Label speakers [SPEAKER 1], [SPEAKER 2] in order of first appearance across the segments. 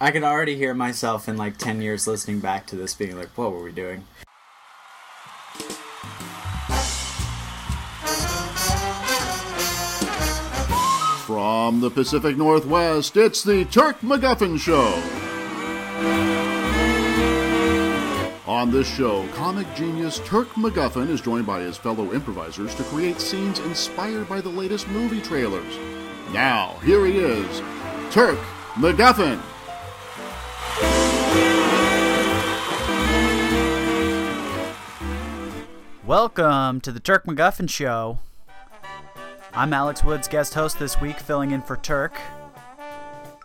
[SPEAKER 1] I could already hear myself in like 10 years listening back to this being like, what were we doing?
[SPEAKER 2] From the Pacific Northwest, it's the Turk McGuffin Show. On this show, comic genius Turk McGuffin is joined by his fellow improvisers to create scenes inspired by the latest movie trailers. Now, here he is, Turk McGuffin.
[SPEAKER 3] Welcome to the Turk McGuffin Show. I'm Alex Woods, guest host this week, filling in for Turk.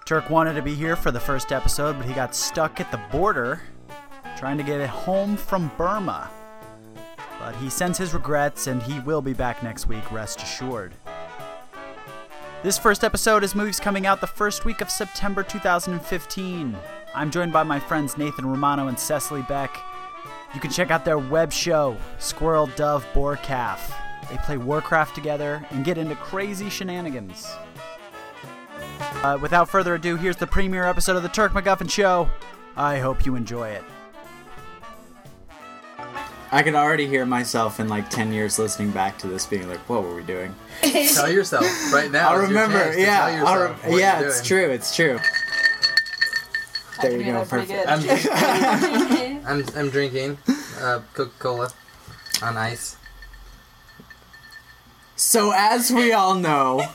[SPEAKER 3] Turk wanted to be here for the first episode, but he got stuck at the border trying to get it home from Burma. But he sends his regrets and he will be back next week, rest assured. This first episode is movies coming out the first week of September 2015. I'm joined by my friends Nathan Romano and Cecily Beck. You can check out their web show, Squirrel Dove Boar Calf. They play Warcraft together and get into crazy shenanigans. Uh, without further ado, here's the premiere episode of The Turk McGuffin Show. I hope you enjoy it.
[SPEAKER 1] I could already hear myself in like 10 years listening back to this being like, what were we doing?
[SPEAKER 4] tell yourself right now.
[SPEAKER 1] I
[SPEAKER 4] is your
[SPEAKER 1] remember,
[SPEAKER 4] chance to
[SPEAKER 1] yeah.
[SPEAKER 4] tell
[SPEAKER 1] I
[SPEAKER 4] yourself
[SPEAKER 1] rem-
[SPEAKER 4] what
[SPEAKER 1] yeah,
[SPEAKER 4] you're
[SPEAKER 1] it's
[SPEAKER 4] doing.
[SPEAKER 1] true, it's true. There you go, perfect. Um,
[SPEAKER 4] I'm, I'm, I'm drinking uh, Coca-Cola on ice.
[SPEAKER 1] So, as we all know,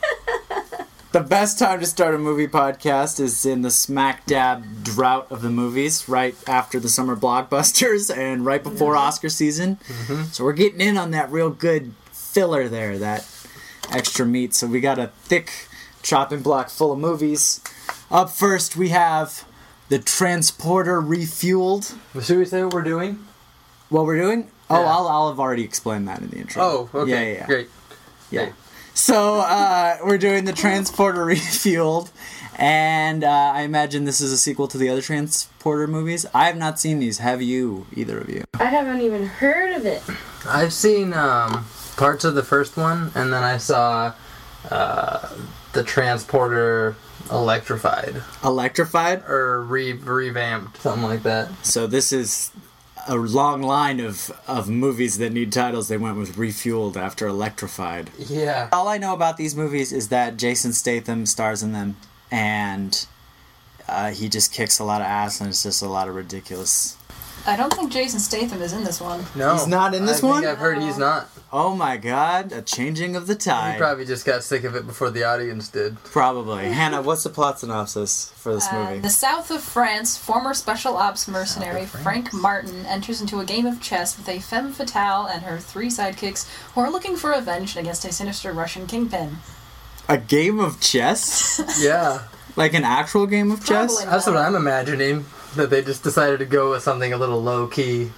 [SPEAKER 1] the best time to start a movie podcast is in the smack dab drought of the movies, right after the summer blockbusters and right before
[SPEAKER 4] Mm-hmm.
[SPEAKER 1] Oscar season. So, we're getting in on that real good filler there, that extra meat. So, we got a thick chopping block full of movies. Up first, we have The Transporter Refueled.
[SPEAKER 4] Should we say what we're doing?
[SPEAKER 1] What we're doing? Oh,
[SPEAKER 4] Yeah.
[SPEAKER 1] I'll, I'll have already explained that in the intro.
[SPEAKER 4] Oh, okay,
[SPEAKER 1] Yeah, yeah, yeah.
[SPEAKER 4] great.
[SPEAKER 1] Yeah. So uh, we're doing the Transporter Refueled, and uh, I imagine this is a sequel to the other Transporter movies. I have not seen these. Have you, either of you?
[SPEAKER 5] I haven't even heard of it.
[SPEAKER 4] I've seen um, parts of the first one, and then I saw uh, the transporter electrified
[SPEAKER 1] Electrified.
[SPEAKER 4] or re- revamped, something like that.
[SPEAKER 1] So this is a long line of of movies that need titles. They went with Refueled after Electrified.
[SPEAKER 4] Yeah.
[SPEAKER 1] All I know about these movies is that Jason Statham stars in them, and uh, he just kicks a lot of ass, and it's just a lot of ridiculous.
[SPEAKER 6] I don't think Jason Statham is in this one.
[SPEAKER 4] No,
[SPEAKER 1] He's not in this
[SPEAKER 4] I think
[SPEAKER 1] one?
[SPEAKER 4] I've heard he's not.
[SPEAKER 1] Oh my God! A changing of the
[SPEAKER 4] He
[SPEAKER 1] tide.
[SPEAKER 4] probably just got sick of it before the audience did.
[SPEAKER 1] Probably. Hannah, what's the plot synopsis for this
[SPEAKER 6] Uh,
[SPEAKER 1] movie?
[SPEAKER 6] the south of France, former special ops mercenary Frank Martin enters into a game of chess with a femme fatale and her three sidekicks who are looking for revenge against a sinister Russian kingpin.
[SPEAKER 1] A game of chess?
[SPEAKER 4] Yeah.
[SPEAKER 1] like an actual game of chess?
[SPEAKER 6] Probably.
[SPEAKER 4] That's what I'm imagining. That they just decided to go with something a little low key.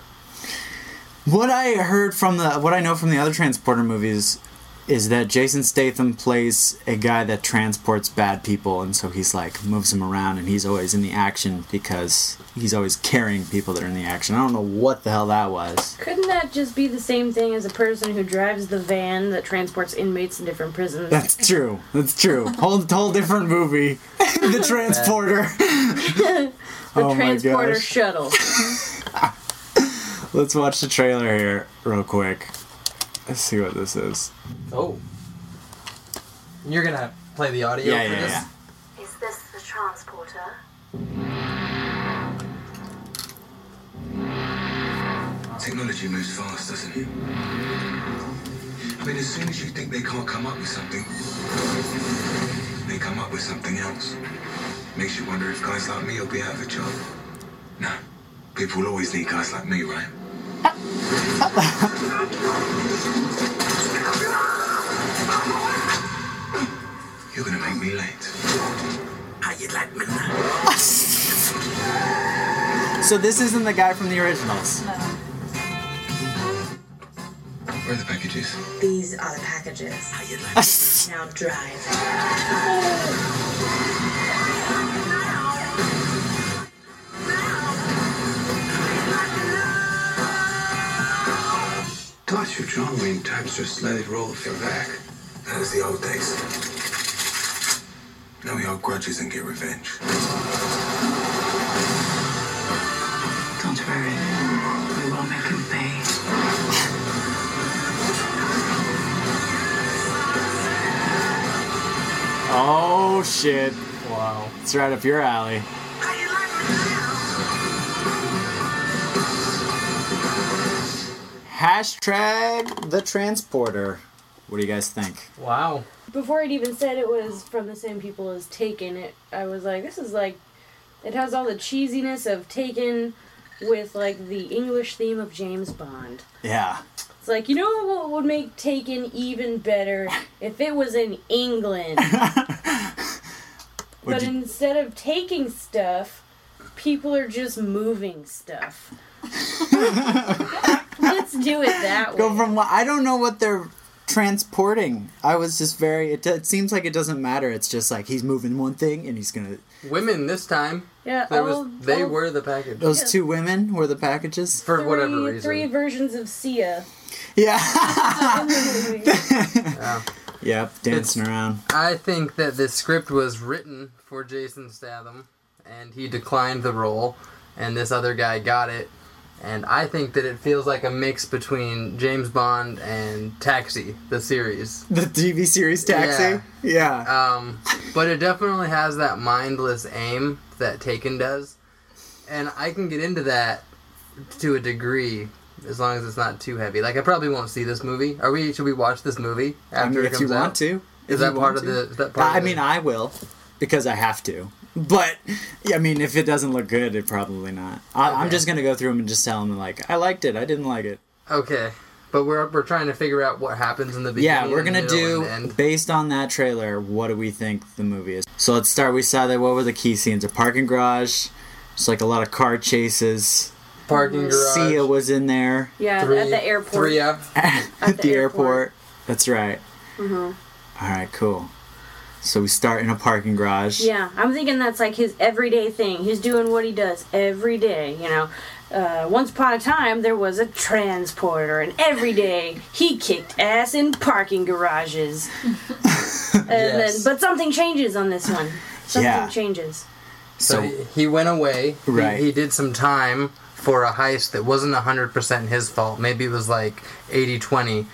[SPEAKER 1] What I heard from the what I know from the other transporter movies is that Jason Statham plays a guy that transports bad people and so he's like moves him around and he's always in the action because he's always carrying people that are in the action. I don't know what the hell that was.
[SPEAKER 5] Couldn't that just be the same thing as a person who drives the van that transports inmates in different prisons?
[SPEAKER 1] That's true. That's true. whole whole different movie. the transporter.
[SPEAKER 5] the
[SPEAKER 1] oh my
[SPEAKER 5] transporter
[SPEAKER 1] gosh.
[SPEAKER 5] shuttle.
[SPEAKER 1] Let's watch the trailer here real quick. Let's see what this is.
[SPEAKER 4] Oh. You're gonna play the audio
[SPEAKER 1] Yeah,
[SPEAKER 4] for
[SPEAKER 1] yeah,
[SPEAKER 4] this?
[SPEAKER 1] yeah.
[SPEAKER 7] Is this the transporter?
[SPEAKER 8] Technology moves fast, doesn't it? I mean, as soon as you think they can't come up with something, they come up with something else. Makes you wonder if guys like me will be out of a job. No, people will always need guys like me, right? You're gonna make me late. How you like me now?
[SPEAKER 1] So this isn't the guy from the originals.
[SPEAKER 6] No.
[SPEAKER 8] Where are the packages?
[SPEAKER 9] These are the packages. Now drive.
[SPEAKER 8] Thought your John Wayne times just let it roll off your back. That was the old days. Now we hold grudges and get revenge.
[SPEAKER 1] Oh shit.
[SPEAKER 4] Wow.
[SPEAKER 1] It's right up your alley.
[SPEAKER 7] Are you like me now?
[SPEAKER 1] Hashtag the transporter. What do you guys think?
[SPEAKER 4] Wow.
[SPEAKER 5] Before it even said it was from the same people as Taken, it I was like, this is like, it has all the cheesiness of Taken, with like the English theme of James Bond.
[SPEAKER 1] Yeah.
[SPEAKER 5] It's like you know what would make Taken even better if it was in England.
[SPEAKER 1] Would
[SPEAKER 5] but
[SPEAKER 1] you-
[SPEAKER 5] instead of taking stuff, people are just moving stuff. Let's do it that way.
[SPEAKER 1] Go from what I don't know what they're transporting. I was just very. It, it seems like it doesn't matter. It's just like he's moving one thing and he's gonna.
[SPEAKER 4] Women this time.
[SPEAKER 5] yeah,
[SPEAKER 4] There
[SPEAKER 5] all-
[SPEAKER 4] was they
[SPEAKER 5] all
[SPEAKER 4] were the package
[SPEAKER 1] Those two women were the packages.
[SPEAKER 4] for
[SPEAKER 5] three,
[SPEAKER 4] whatever reason.
[SPEAKER 5] Three versions of Sia.
[SPEAKER 1] Yeah.
[SPEAKER 5] in the movie.
[SPEAKER 1] yep. Dancing
[SPEAKER 4] It's-
[SPEAKER 1] around.
[SPEAKER 4] I think that this script was written for Jason Statham, and he declined the role, and this other guy got it. And I think that it feels like a mix between James Bond and Taxi, the series.
[SPEAKER 1] The TV series Taxi. Yeah.
[SPEAKER 4] Um, but it definitely has that mindless aim that Taken does. And I can get into that to a degree as long as it's not too heavy. Like I probably won't see this movie. Are we should we watch this movie after
[SPEAKER 1] I mean,
[SPEAKER 4] it
[SPEAKER 1] if
[SPEAKER 4] comes
[SPEAKER 1] you
[SPEAKER 4] out?
[SPEAKER 1] want to.
[SPEAKER 4] Is
[SPEAKER 1] If
[SPEAKER 4] that
[SPEAKER 1] you
[SPEAKER 4] part
[SPEAKER 1] want
[SPEAKER 4] of
[SPEAKER 1] to.
[SPEAKER 4] the is that part
[SPEAKER 1] I
[SPEAKER 4] of the-
[SPEAKER 1] mean, I will because I have to. But I mean, if it doesn't look good, it probably not. I, I'm
[SPEAKER 4] Okay.
[SPEAKER 1] just gonna go through them and just tell them like I liked it, I didn't like it.
[SPEAKER 4] Okay, but we're we're trying to figure out what happens in the beginning.
[SPEAKER 1] Yeah, we're gonna
[SPEAKER 4] middle, and
[SPEAKER 1] do
[SPEAKER 4] end.
[SPEAKER 1] based on that trailer. What do we think the movie is? So let's start. We saw that. What were the key scenes? A parking garage. Just like a lot of car chases.
[SPEAKER 4] parking garage.
[SPEAKER 1] Sia was in there
[SPEAKER 5] Yeah,
[SPEAKER 4] three,
[SPEAKER 5] at the airport.
[SPEAKER 4] Three up.
[SPEAKER 1] at,
[SPEAKER 5] the
[SPEAKER 1] the, airport. Mm-hmm.
[SPEAKER 5] airport.
[SPEAKER 1] That's right. All right, cool. So we start in a parking garage.
[SPEAKER 5] Yeah, I'm thinking that's like his everyday thing. He's doing what he does every day, you know. Uh, once upon a time, there was a transporter, and every day he kicked ass in parking garages. and
[SPEAKER 4] Yes.
[SPEAKER 5] then, but something changes on this one. Something
[SPEAKER 1] Yeah.
[SPEAKER 5] changes.
[SPEAKER 4] So he- he went away. He-
[SPEAKER 1] Right.
[SPEAKER 4] He, did some time for a heist that wasn't hundred percent his fault. Maybe it was like 80-20.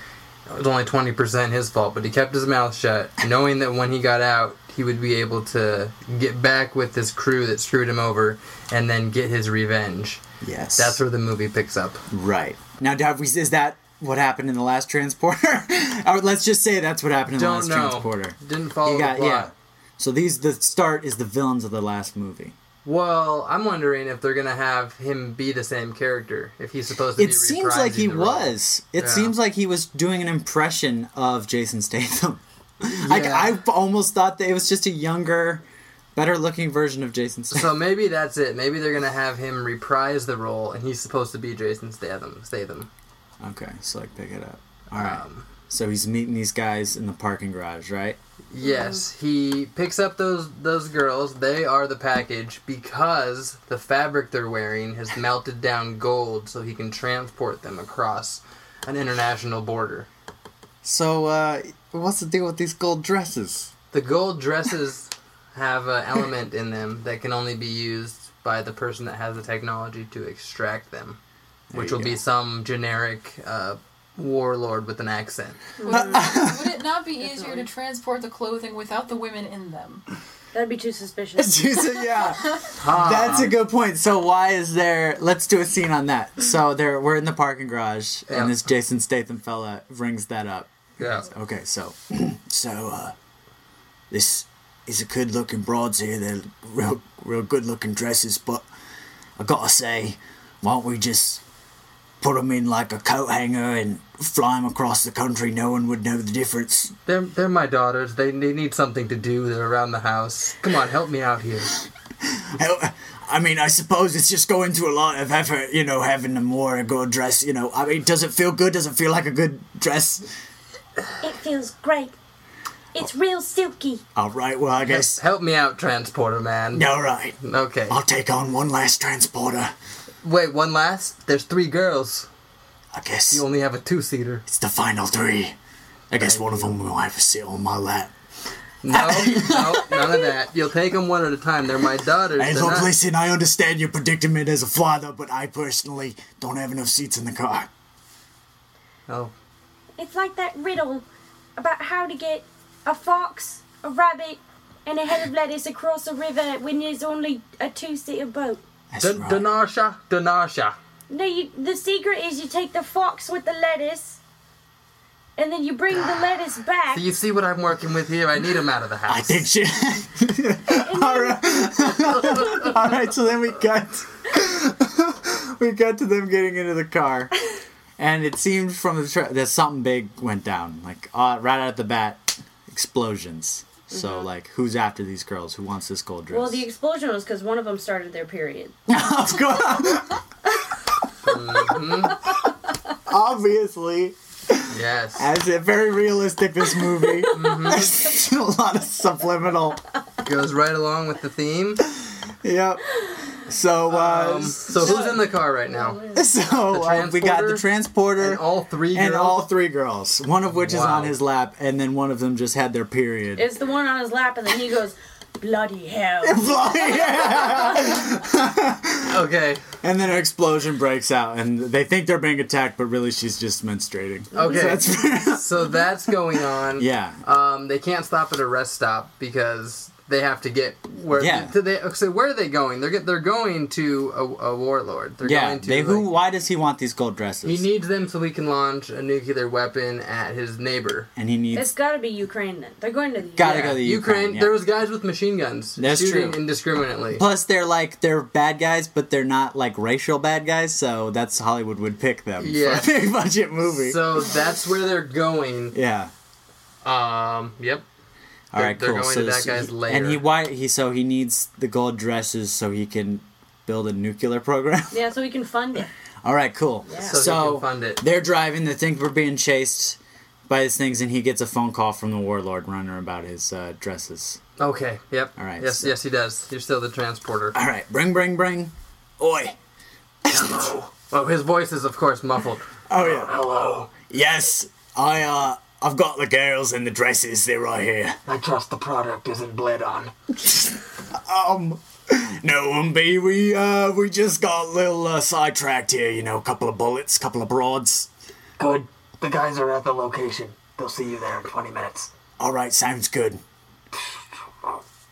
[SPEAKER 4] It was only twenty percent his fault, but he kept his mouth shut, knowing that when he got out, he would be able to get back with this crew that screwed him over, and then get his revenge.
[SPEAKER 1] Yes.
[SPEAKER 4] That's where the movie picks up.
[SPEAKER 1] Right. Now, Dav, we- is that what happened in the last transporter? or let's just say that's what happened in the
[SPEAKER 4] Don't
[SPEAKER 1] last
[SPEAKER 4] know.
[SPEAKER 1] transporter.
[SPEAKER 4] Didn't follow
[SPEAKER 1] You
[SPEAKER 4] the
[SPEAKER 1] got-
[SPEAKER 4] plot.
[SPEAKER 1] yeah. So these the start is the villains of the last movie.
[SPEAKER 4] Well, I'm wondering if they're gonna have him be the same character if he's supposed to. be
[SPEAKER 1] It seems like
[SPEAKER 4] reprising
[SPEAKER 1] he
[SPEAKER 4] the role.
[SPEAKER 1] was. It
[SPEAKER 4] Yeah.
[SPEAKER 1] seems like he was doing an impression of Jason Statham. Like
[SPEAKER 4] Yeah.
[SPEAKER 1] I almost thought that it was just a younger, better looking version of Jason Statham.
[SPEAKER 4] So maybe that's it. Maybe they're gonna have him reprise the role, and he's supposed to be Jason Statham. Statham.
[SPEAKER 1] okay, so like pick it up. All right. so he's meeting these guys in the parking garage, right?
[SPEAKER 4] Yes, he picks up those those girls. They are the package because the fabric they're wearing has melted down gold, so he can transport them across an international border.
[SPEAKER 1] So uh what's the deal with these gold dresses?
[SPEAKER 4] The gold dresses have an element in them that can only be used by the person that has the technology to extract them, which
[SPEAKER 1] you
[SPEAKER 4] will be some generic uh, warlord with an accent.
[SPEAKER 6] Would it not be easier to transport the clothing without the women in them?
[SPEAKER 5] That'd be too suspicious.
[SPEAKER 1] Jason, yeah. That's a good point. So why is there? Let's do a scene on that. So there, we're in the parking garage,
[SPEAKER 4] Yeah.
[SPEAKER 1] and this Jason Statham fella rings that up.
[SPEAKER 4] Yeah.
[SPEAKER 1] Okay, so, so uh, this is a good looking broads here. They're real, real good looking dresses, but I gotta say, why don't we just put them in like a coat hanger and fly them across the country? No one would know the difference.
[SPEAKER 4] They're, they're my daughters. They, they need something to do. They're around the house. Come on, help me out here.
[SPEAKER 1] Hell, I mean, I suppose it's just going to a lot of effort, you know, having a more good dress, you know. I mean, does it feel good? Does it feel like a good dress?
[SPEAKER 5] it feels great. It's real silky.
[SPEAKER 1] All right, well, I guess.
[SPEAKER 4] Help me out, transporter man.
[SPEAKER 1] All right,
[SPEAKER 4] Okay.
[SPEAKER 1] I'll take on one last transporter.
[SPEAKER 4] Wait, one last? There's three girls.
[SPEAKER 1] I guess
[SPEAKER 4] You only have a two seater.
[SPEAKER 1] it's the final three. I guess one of them will have a sit on my lap.
[SPEAKER 4] No, no, none of that. You'll take them one at a time. They're my daughters.
[SPEAKER 1] Hey,
[SPEAKER 4] They're
[SPEAKER 1] look,
[SPEAKER 4] not-
[SPEAKER 1] listen, I understand your predicament as a father, but I personally don't have enough seats in the car.
[SPEAKER 4] Oh,
[SPEAKER 5] It's like that riddle about how to get a fox, a rabbit, and a head of lettuce across a river when there's only a two-seater boat.
[SPEAKER 1] That's
[SPEAKER 4] D-
[SPEAKER 1] right.
[SPEAKER 4] Danasha, Danasha.
[SPEAKER 5] No, you, the secret is you take the fox with the lettuce, and then you bring the lettuce back.
[SPEAKER 4] Do you see what I'm working with here? I need him out of the house.
[SPEAKER 1] I think she. all right, all right. So then we cut. we got to them getting into the car, and it seemed from the tra- that something big went down. Like uh, right out of the bat, explosions. So like, who's after these girls? Who wants this gold dress?
[SPEAKER 5] Mm-hmm. well, the explosion was because one of them started their period.
[SPEAKER 1] Of course. Mm-hmm. Obviously,
[SPEAKER 4] Yes.
[SPEAKER 1] as a very realistic this movie,
[SPEAKER 4] Mm-hmm.
[SPEAKER 1] there's a lot of subliminal.
[SPEAKER 4] Goes right along with the theme.
[SPEAKER 1] Yep. So, uh,
[SPEAKER 4] Um, so who's in the car right now?
[SPEAKER 1] so uh, we got the transporter
[SPEAKER 4] Um, And all three
[SPEAKER 1] and
[SPEAKER 4] girls?
[SPEAKER 1] all three girls. One of which is
[SPEAKER 4] Wow.
[SPEAKER 1] on his lap, and then one of them just had their period.
[SPEAKER 5] It's the one on his lap, and then he goes, "Bloody hell!"
[SPEAKER 4] Okay.
[SPEAKER 1] and then an explosion breaks out, and they think they're being attacked, but really she's just menstruating.
[SPEAKER 4] Okay.
[SPEAKER 1] So that's-
[SPEAKER 4] so that's going on.
[SPEAKER 1] yeah.
[SPEAKER 4] Um, they can't stop at a rest stop because they have to get where.
[SPEAKER 1] Yeah.
[SPEAKER 4] To they, so where are they going? They're get, they're going to a, a warlord. They're
[SPEAKER 1] Yeah.
[SPEAKER 4] Going to,
[SPEAKER 1] They who?
[SPEAKER 4] like-
[SPEAKER 1] why does he want these gold dresses?
[SPEAKER 4] he needs them so he can launch a nuclear weapon at his neighbor.
[SPEAKER 1] and he needs.
[SPEAKER 5] it's got to be Ukraine then. They're going to the
[SPEAKER 1] Gotta go
[SPEAKER 5] Ukraine.
[SPEAKER 1] to
[SPEAKER 4] Ukraine.
[SPEAKER 1] Ukraine, yeah.
[SPEAKER 4] There was guys with machine guns
[SPEAKER 1] That's
[SPEAKER 4] shooting
[SPEAKER 1] true.
[SPEAKER 4] indiscriminately.
[SPEAKER 1] Plus, they're like they're bad guys, but they're not like racial bad guys. So that's Hollywood would pick them
[SPEAKER 4] Yeah.
[SPEAKER 1] for a big budget movie.
[SPEAKER 4] so that's where they're going.
[SPEAKER 1] yeah.
[SPEAKER 4] Um. Yep.
[SPEAKER 1] All
[SPEAKER 4] They're-
[SPEAKER 1] right,
[SPEAKER 4] they're
[SPEAKER 1] cool.
[SPEAKER 4] going to that
[SPEAKER 1] this-
[SPEAKER 4] guy's
[SPEAKER 1] he-
[SPEAKER 4] lair.
[SPEAKER 1] And he why he so he needs the gold dresses so he can build a nuclear program.
[SPEAKER 5] Yeah, so we can fund it.
[SPEAKER 1] All right, cool.
[SPEAKER 5] So
[SPEAKER 4] they can fund it.
[SPEAKER 1] They're driving. They think we're being chased by these things, and he gets a phone call from the warlord runner about his uh, dresses.
[SPEAKER 4] Okay. Yep.
[SPEAKER 1] All right,
[SPEAKER 4] Yes.
[SPEAKER 1] so-
[SPEAKER 4] Yes, he does. You're still the transporter.
[SPEAKER 1] All right, bring, bring, bring. Oi.
[SPEAKER 4] Well, his voice is of course muffled.
[SPEAKER 1] Oh yeah. Hello. Yes, I uh, I've got the girls and the dresses. They're right here.
[SPEAKER 10] I trust the product isn't bled on.
[SPEAKER 1] Um, no, um, B, we uh, we just got a little uh, sidetracked here. You know, a couple of bullets, couple of broads.
[SPEAKER 10] Good. The guys are at the location. They'll see you there in 20 minutes.
[SPEAKER 1] All right, sounds good.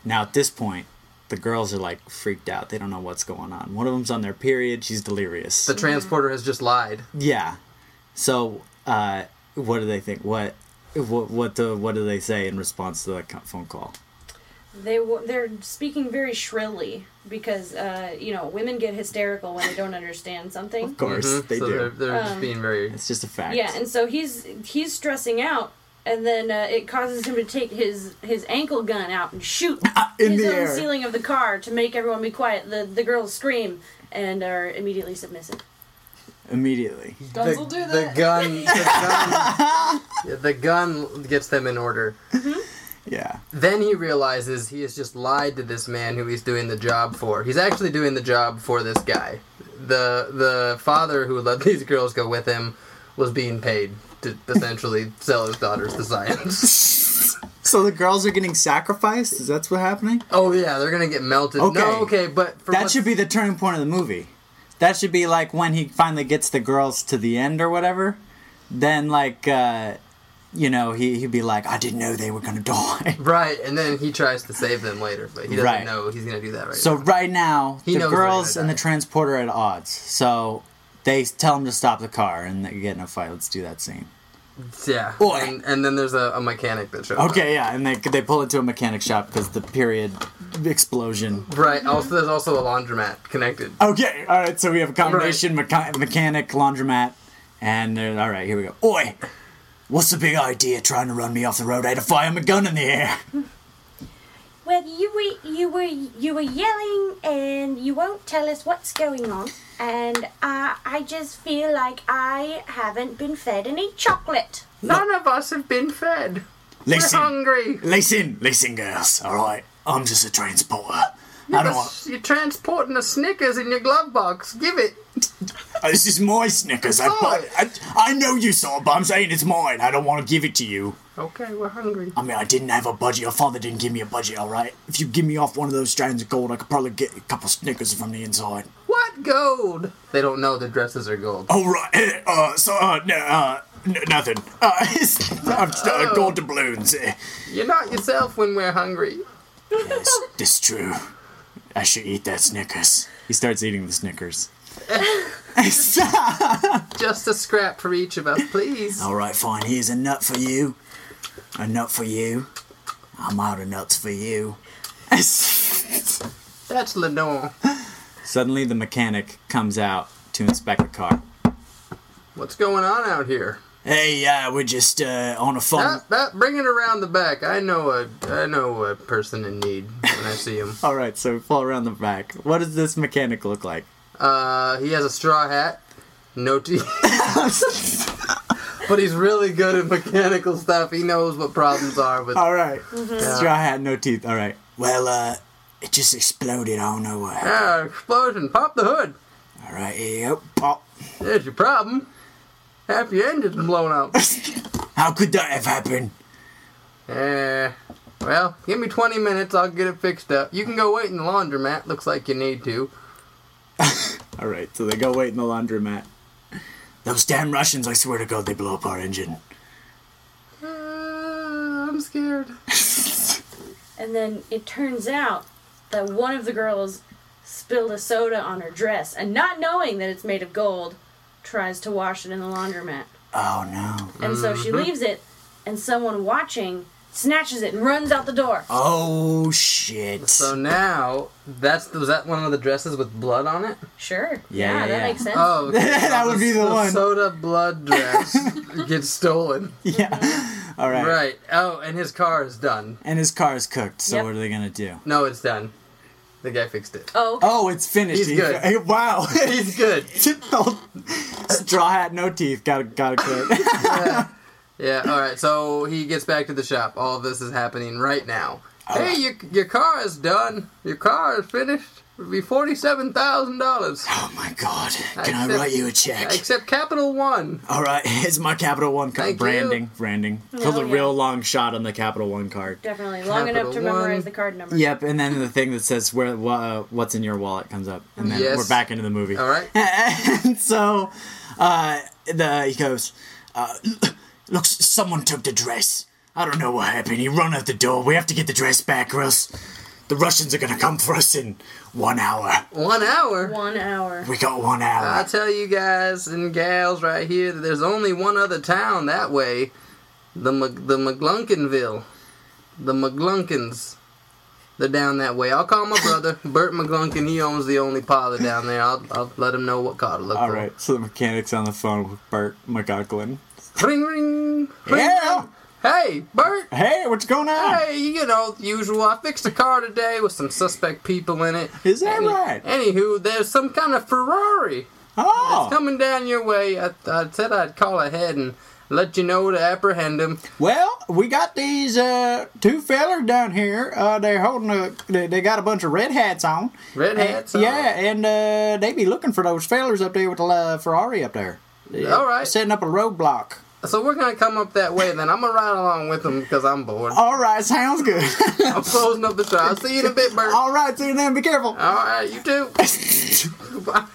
[SPEAKER 1] Now at this point, the girls are like freaked out. They don't know what's going on. One of them's on their period. She's delirious.
[SPEAKER 4] The transporter has just lied.
[SPEAKER 1] yeah. So, uh, what do they think? What, what, what do what do they say in response to that co- phone call?
[SPEAKER 5] They w- they're speaking very shrilly because uh, you know women get hysterical when they don't understand something.
[SPEAKER 1] Of course, they
[SPEAKER 4] Mm-hmm. so
[SPEAKER 1] do.
[SPEAKER 4] They're, they're just being very.
[SPEAKER 1] It's just a fact.
[SPEAKER 5] Yeah, and so he's he's stressing out, and then uh, it causes him to take his his ankle gun out and shoot
[SPEAKER 1] Ah, in
[SPEAKER 5] his
[SPEAKER 1] the
[SPEAKER 5] own
[SPEAKER 1] air.
[SPEAKER 5] ceiling of the car to make everyone be quiet. The the girls scream and are immediately submissive.
[SPEAKER 1] Immediately.
[SPEAKER 6] Guns will do
[SPEAKER 4] the
[SPEAKER 6] that.
[SPEAKER 4] gun. The gun, the gun gets them in order.
[SPEAKER 1] Yeah.
[SPEAKER 4] Then he realizes he has just lied to this man who he's doing the job for. He's actually doing the job for this guy. The the father who let these girls go with him was being paid to essentially sell his daughters to science.
[SPEAKER 1] So the girls are getting sacrificed. Is that what's happening?
[SPEAKER 4] Oh yeah, they're gonna get melted.
[SPEAKER 1] Okay.
[SPEAKER 4] No, okay, but for
[SPEAKER 1] That
[SPEAKER 4] what-
[SPEAKER 1] should be the turning point of the movie. That should be like when he finally gets the girls to the end or whatever. Then like, uh, you know, he he'd be like, I didn't know they were gonna die.
[SPEAKER 4] right, and then he tries to save them later, but he doesn't
[SPEAKER 1] Right.
[SPEAKER 4] know he's gonna do that right.
[SPEAKER 1] So right now,
[SPEAKER 4] He
[SPEAKER 1] the
[SPEAKER 4] knows they're
[SPEAKER 1] girls
[SPEAKER 4] gonna
[SPEAKER 1] and the
[SPEAKER 4] die.
[SPEAKER 1] transporter are at odds. So they tell him to stop the car and they get in a fight. Let's do that scene.
[SPEAKER 4] now. yeah,
[SPEAKER 1] Oi.
[SPEAKER 4] and, and then there's a, a mechanic that shows. up.
[SPEAKER 1] Okay, yeah, and they they pull into a mechanic shop because the period explosion.
[SPEAKER 4] Right. Also, there's also a laundromat connected.
[SPEAKER 1] Okay, all right. So we have a combination mecha- mechanic, laundromat, and uh, all right, here we go. Oi, what's the big idea trying to run me off the road? I had a fireman gun in the air.
[SPEAKER 5] Well, you were you were you were yelling, and you won't tell us what's going on. And uh, I just feel like I haven't been fed any chocolate.
[SPEAKER 4] None of us have been fed.
[SPEAKER 1] Listen,
[SPEAKER 4] Hungry.
[SPEAKER 1] listen, listen, girls. All right, I'm just a transporter. I don't want.
[SPEAKER 4] You're transporting a Snickers in your glove box. Give it.
[SPEAKER 1] uh, This is my Snickers. I,
[SPEAKER 4] saw
[SPEAKER 1] bought-
[SPEAKER 4] it.
[SPEAKER 1] I, I know you saw it, but I'm saying it's mine. I don't want to give it to you.
[SPEAKER 4] Okay, we're hungry.
[SPEAKER 1] I mean, I didn't have a budget. Your father didn't give me a budget. All right. If you give me off one of those strands of gold, I could probably get a couple Snickers from the inside.
[SPEAKER 4] What gold? They don't know the dresses are gold.
[SPEAKER 1] Oh right. eh, Uh, so uh, no, uh, n- nothing. Uh, it's, I'm just, uh, gold doubloons. eh.
[SPEAKER 4] You're not yourself when we're hungry.
[SPEAKER 1] Yes, this true. I should eat that Snickers. He starts eating the Snickers.
[SPEAKER 4] Just a scrap for each of us, please.
[SPEAKER 1] All right, fine. Here's a nut for you. A nut for you. I'm out of nuts for you.
[SPEAKER 4] That's Lenore.
[SPEAKER 1] Suddenly, the mechanic comes out to inspect the car.
[SPEAKER 4] What's going on out here?
[SPEAKER 1] Hey, uh, we're just uh, on a phone.
[SPEAKER 4] Ah, ah, bring it around the back. I know a I know a person in need when I see him.
[SPEAKER 1] All right, so we fall around the back. What does this mechanic look like?
[SPEAKER 4] Uh, he has a straw hat, no teeth, but he's really good at mechanical stuff. He knows what problems are with.
[SPEAKER 1] All right. straw hat, no teeth. All right. Well, uh, it just exploded. I don't know what. happened.
[SPEAKER 4] Ah, explosion! Pop the hood.
[SPEAKER 1] All right, here you go. Pop.
[SPEAKER 4] There's your problem. Half your engine's blown up.
[SPEAKER 1] How could that have happened?
[SPEAKER 4] Eh. well, give me 20 minutes. I'll get it fixed up. You can go wait in the laundromat. Looks like you need to.
[SPEAKER 1] All right, so they go wait in the laundromat. Those damn Russians! I swear to God, they blow up our engine.
[SPEAKER 4] Uh, I'm scared.
[SPEAKER 5] And then it turns out that one of the girls spilled a soda on her dress and not knowing that it's made of gold, tries to wash it in the laundromat.
[SPEAKER 1] Oh no!
[SPEAKER 5] And so she leaves it and someone watching snatches it and runs out the door.
[SPEAKER 1] Oh shit!
[SPEAKER 4] So now, that's was that one of the dresses with blood on it?
[SPEAKER 5] Sure.
[SPEAKER 1] Yeah, yeah,
[SPEAKER 5] that
[SPEAKER 1] yeah.
[SPEAKER 5] makes sense.
[SPEAKER 4] Oh, okay.
[SPEAKER 1] that would be the, one.
[SPEAKER 4] soda blood dress gets stolen.
[SPEAKER 1] yeah. All right.
[SPEAKER 4] Right. Oh, and his car is done.
[SPEAKER 1] And his car is cooked. So
[SPEAKER 5] Yep.
[SPEAKER 1] what are they gonna do?
[SPEAKER 4] No, it's done. The guy fixed it.
[SPEAKER 5] Oh, okay.
[SPEAKER 1] Oh, it's finished.
[SPEAKER 4] He's good.
[SPEAKER 1] Hey, wow.
[SPEAKER 4] He's good.
[SPEAKER 1] Straw hat, no teeth. Gotta gotta quit.
[SPEAKER 4] Yeah. All right. So he gets back to the shop. All this is happening right now. Hey, your your car is done. Your car is finished. It'll be forty-seven thousand dollars.
[SPEAKER 1] oh my god! Can I,
[SPEAKER 4] Except-
[SPEAKER 1] write you a check?
[SPEAKER 4] Except Capital One.
[SPEAKER 1] All right, here's my Capital One card.
[SPEAKER 4] Thank
[SPEAKER 1] branding,
[SPEAKER 4] you.
[SPEAKER 1] branding. Pull the
[SPEAKER 5] yeah.
[SPEAKER 1] real long shot on the Capital One card.
[SPEAKER 5] definitely. Long
[SPEAKER 4] Capital
[SPEAKER 5] enough to
[SPEAKER 4] One.
[SPEAKER 5] memorize the card number.
[SPEAKER 1] Yep, and then the thing that says where wha- what's in your wallet comes up, and then
[SPEAKER 4] Yes.
[SPEAKER 1] we're back into the movie.
[SPEAKER 4] All right.
[SPEAKER 1] and so uh, the he goes, uh, looks someone took the dress. I don't know what happened. He run out the door. We have to get the dress back, or else the Russians are gonna come for us in one hour.
[SPEAKER 4] One hour.
[SPEAKER 5] One hour.
[SPEAKER 1] We got one hour.
[SPEAKER 4] I tell you guys and gals right here that there's only one other town that way, the Mc, the McGlunkinville, the McGlunkins. They're down that way. I'll call my brother Bert McGlunkin. He owns the only parlor down there. I'll, I'll let him know what car to look
[SPEAKER 1] All
[SPEAKER 4] for.
[SPEAKER 1] right, so the mechanic's on the phone with Bert McGucklin.
[SPEAKER 4] Ring ring. ring
[SPEAKER 1] Yeah. Ah.
[SPEAKER 4] ring. Hey Bert.
[SPEAKER 1] Hey, what's going on?
[SPEAKER 4] Hey, you know, the usual. I fixed a car today with some suspect people in it.
[SPEAKER 1] Is that
[SPEAKER 4] Any-
[SPEAKER 1] right?
[SPEAKER 4] Anywho, there's some kind of Ferrari
[SPEAKER 1] oh,
[SPEAKER 4] coming down your way. I, I said I'd call ahead and let you know to apprehend him.
[SPEAKER 1] Well, we got these uh, two fellers down here. Uh, they're holding a. They, they got a bunch of red hats on.
[SPEAKER 4] Red
[SPEAKER 1] And-
[SPEAKER 4] hats.
[SPEAKER 1] Yeah, and uh, they be looking for those fellers up there with the uh, Ferrari up there.
[SPEAKER 4] All right.
[SPEAKER 1] Setting up a roadblock.
[SPEAKER 4] So we're gonna come up that way, then I'm gonna ride along with him because I'm bored.
[SPEAKER 1] All right, sounds good.
[SPEAKER 4] I'm closing up the shop. I'll see you in a bit, Bert. All
[SPEAKER 1] All right, see you then. Be careful.
[SPEAKER 4] right, you too. Bye.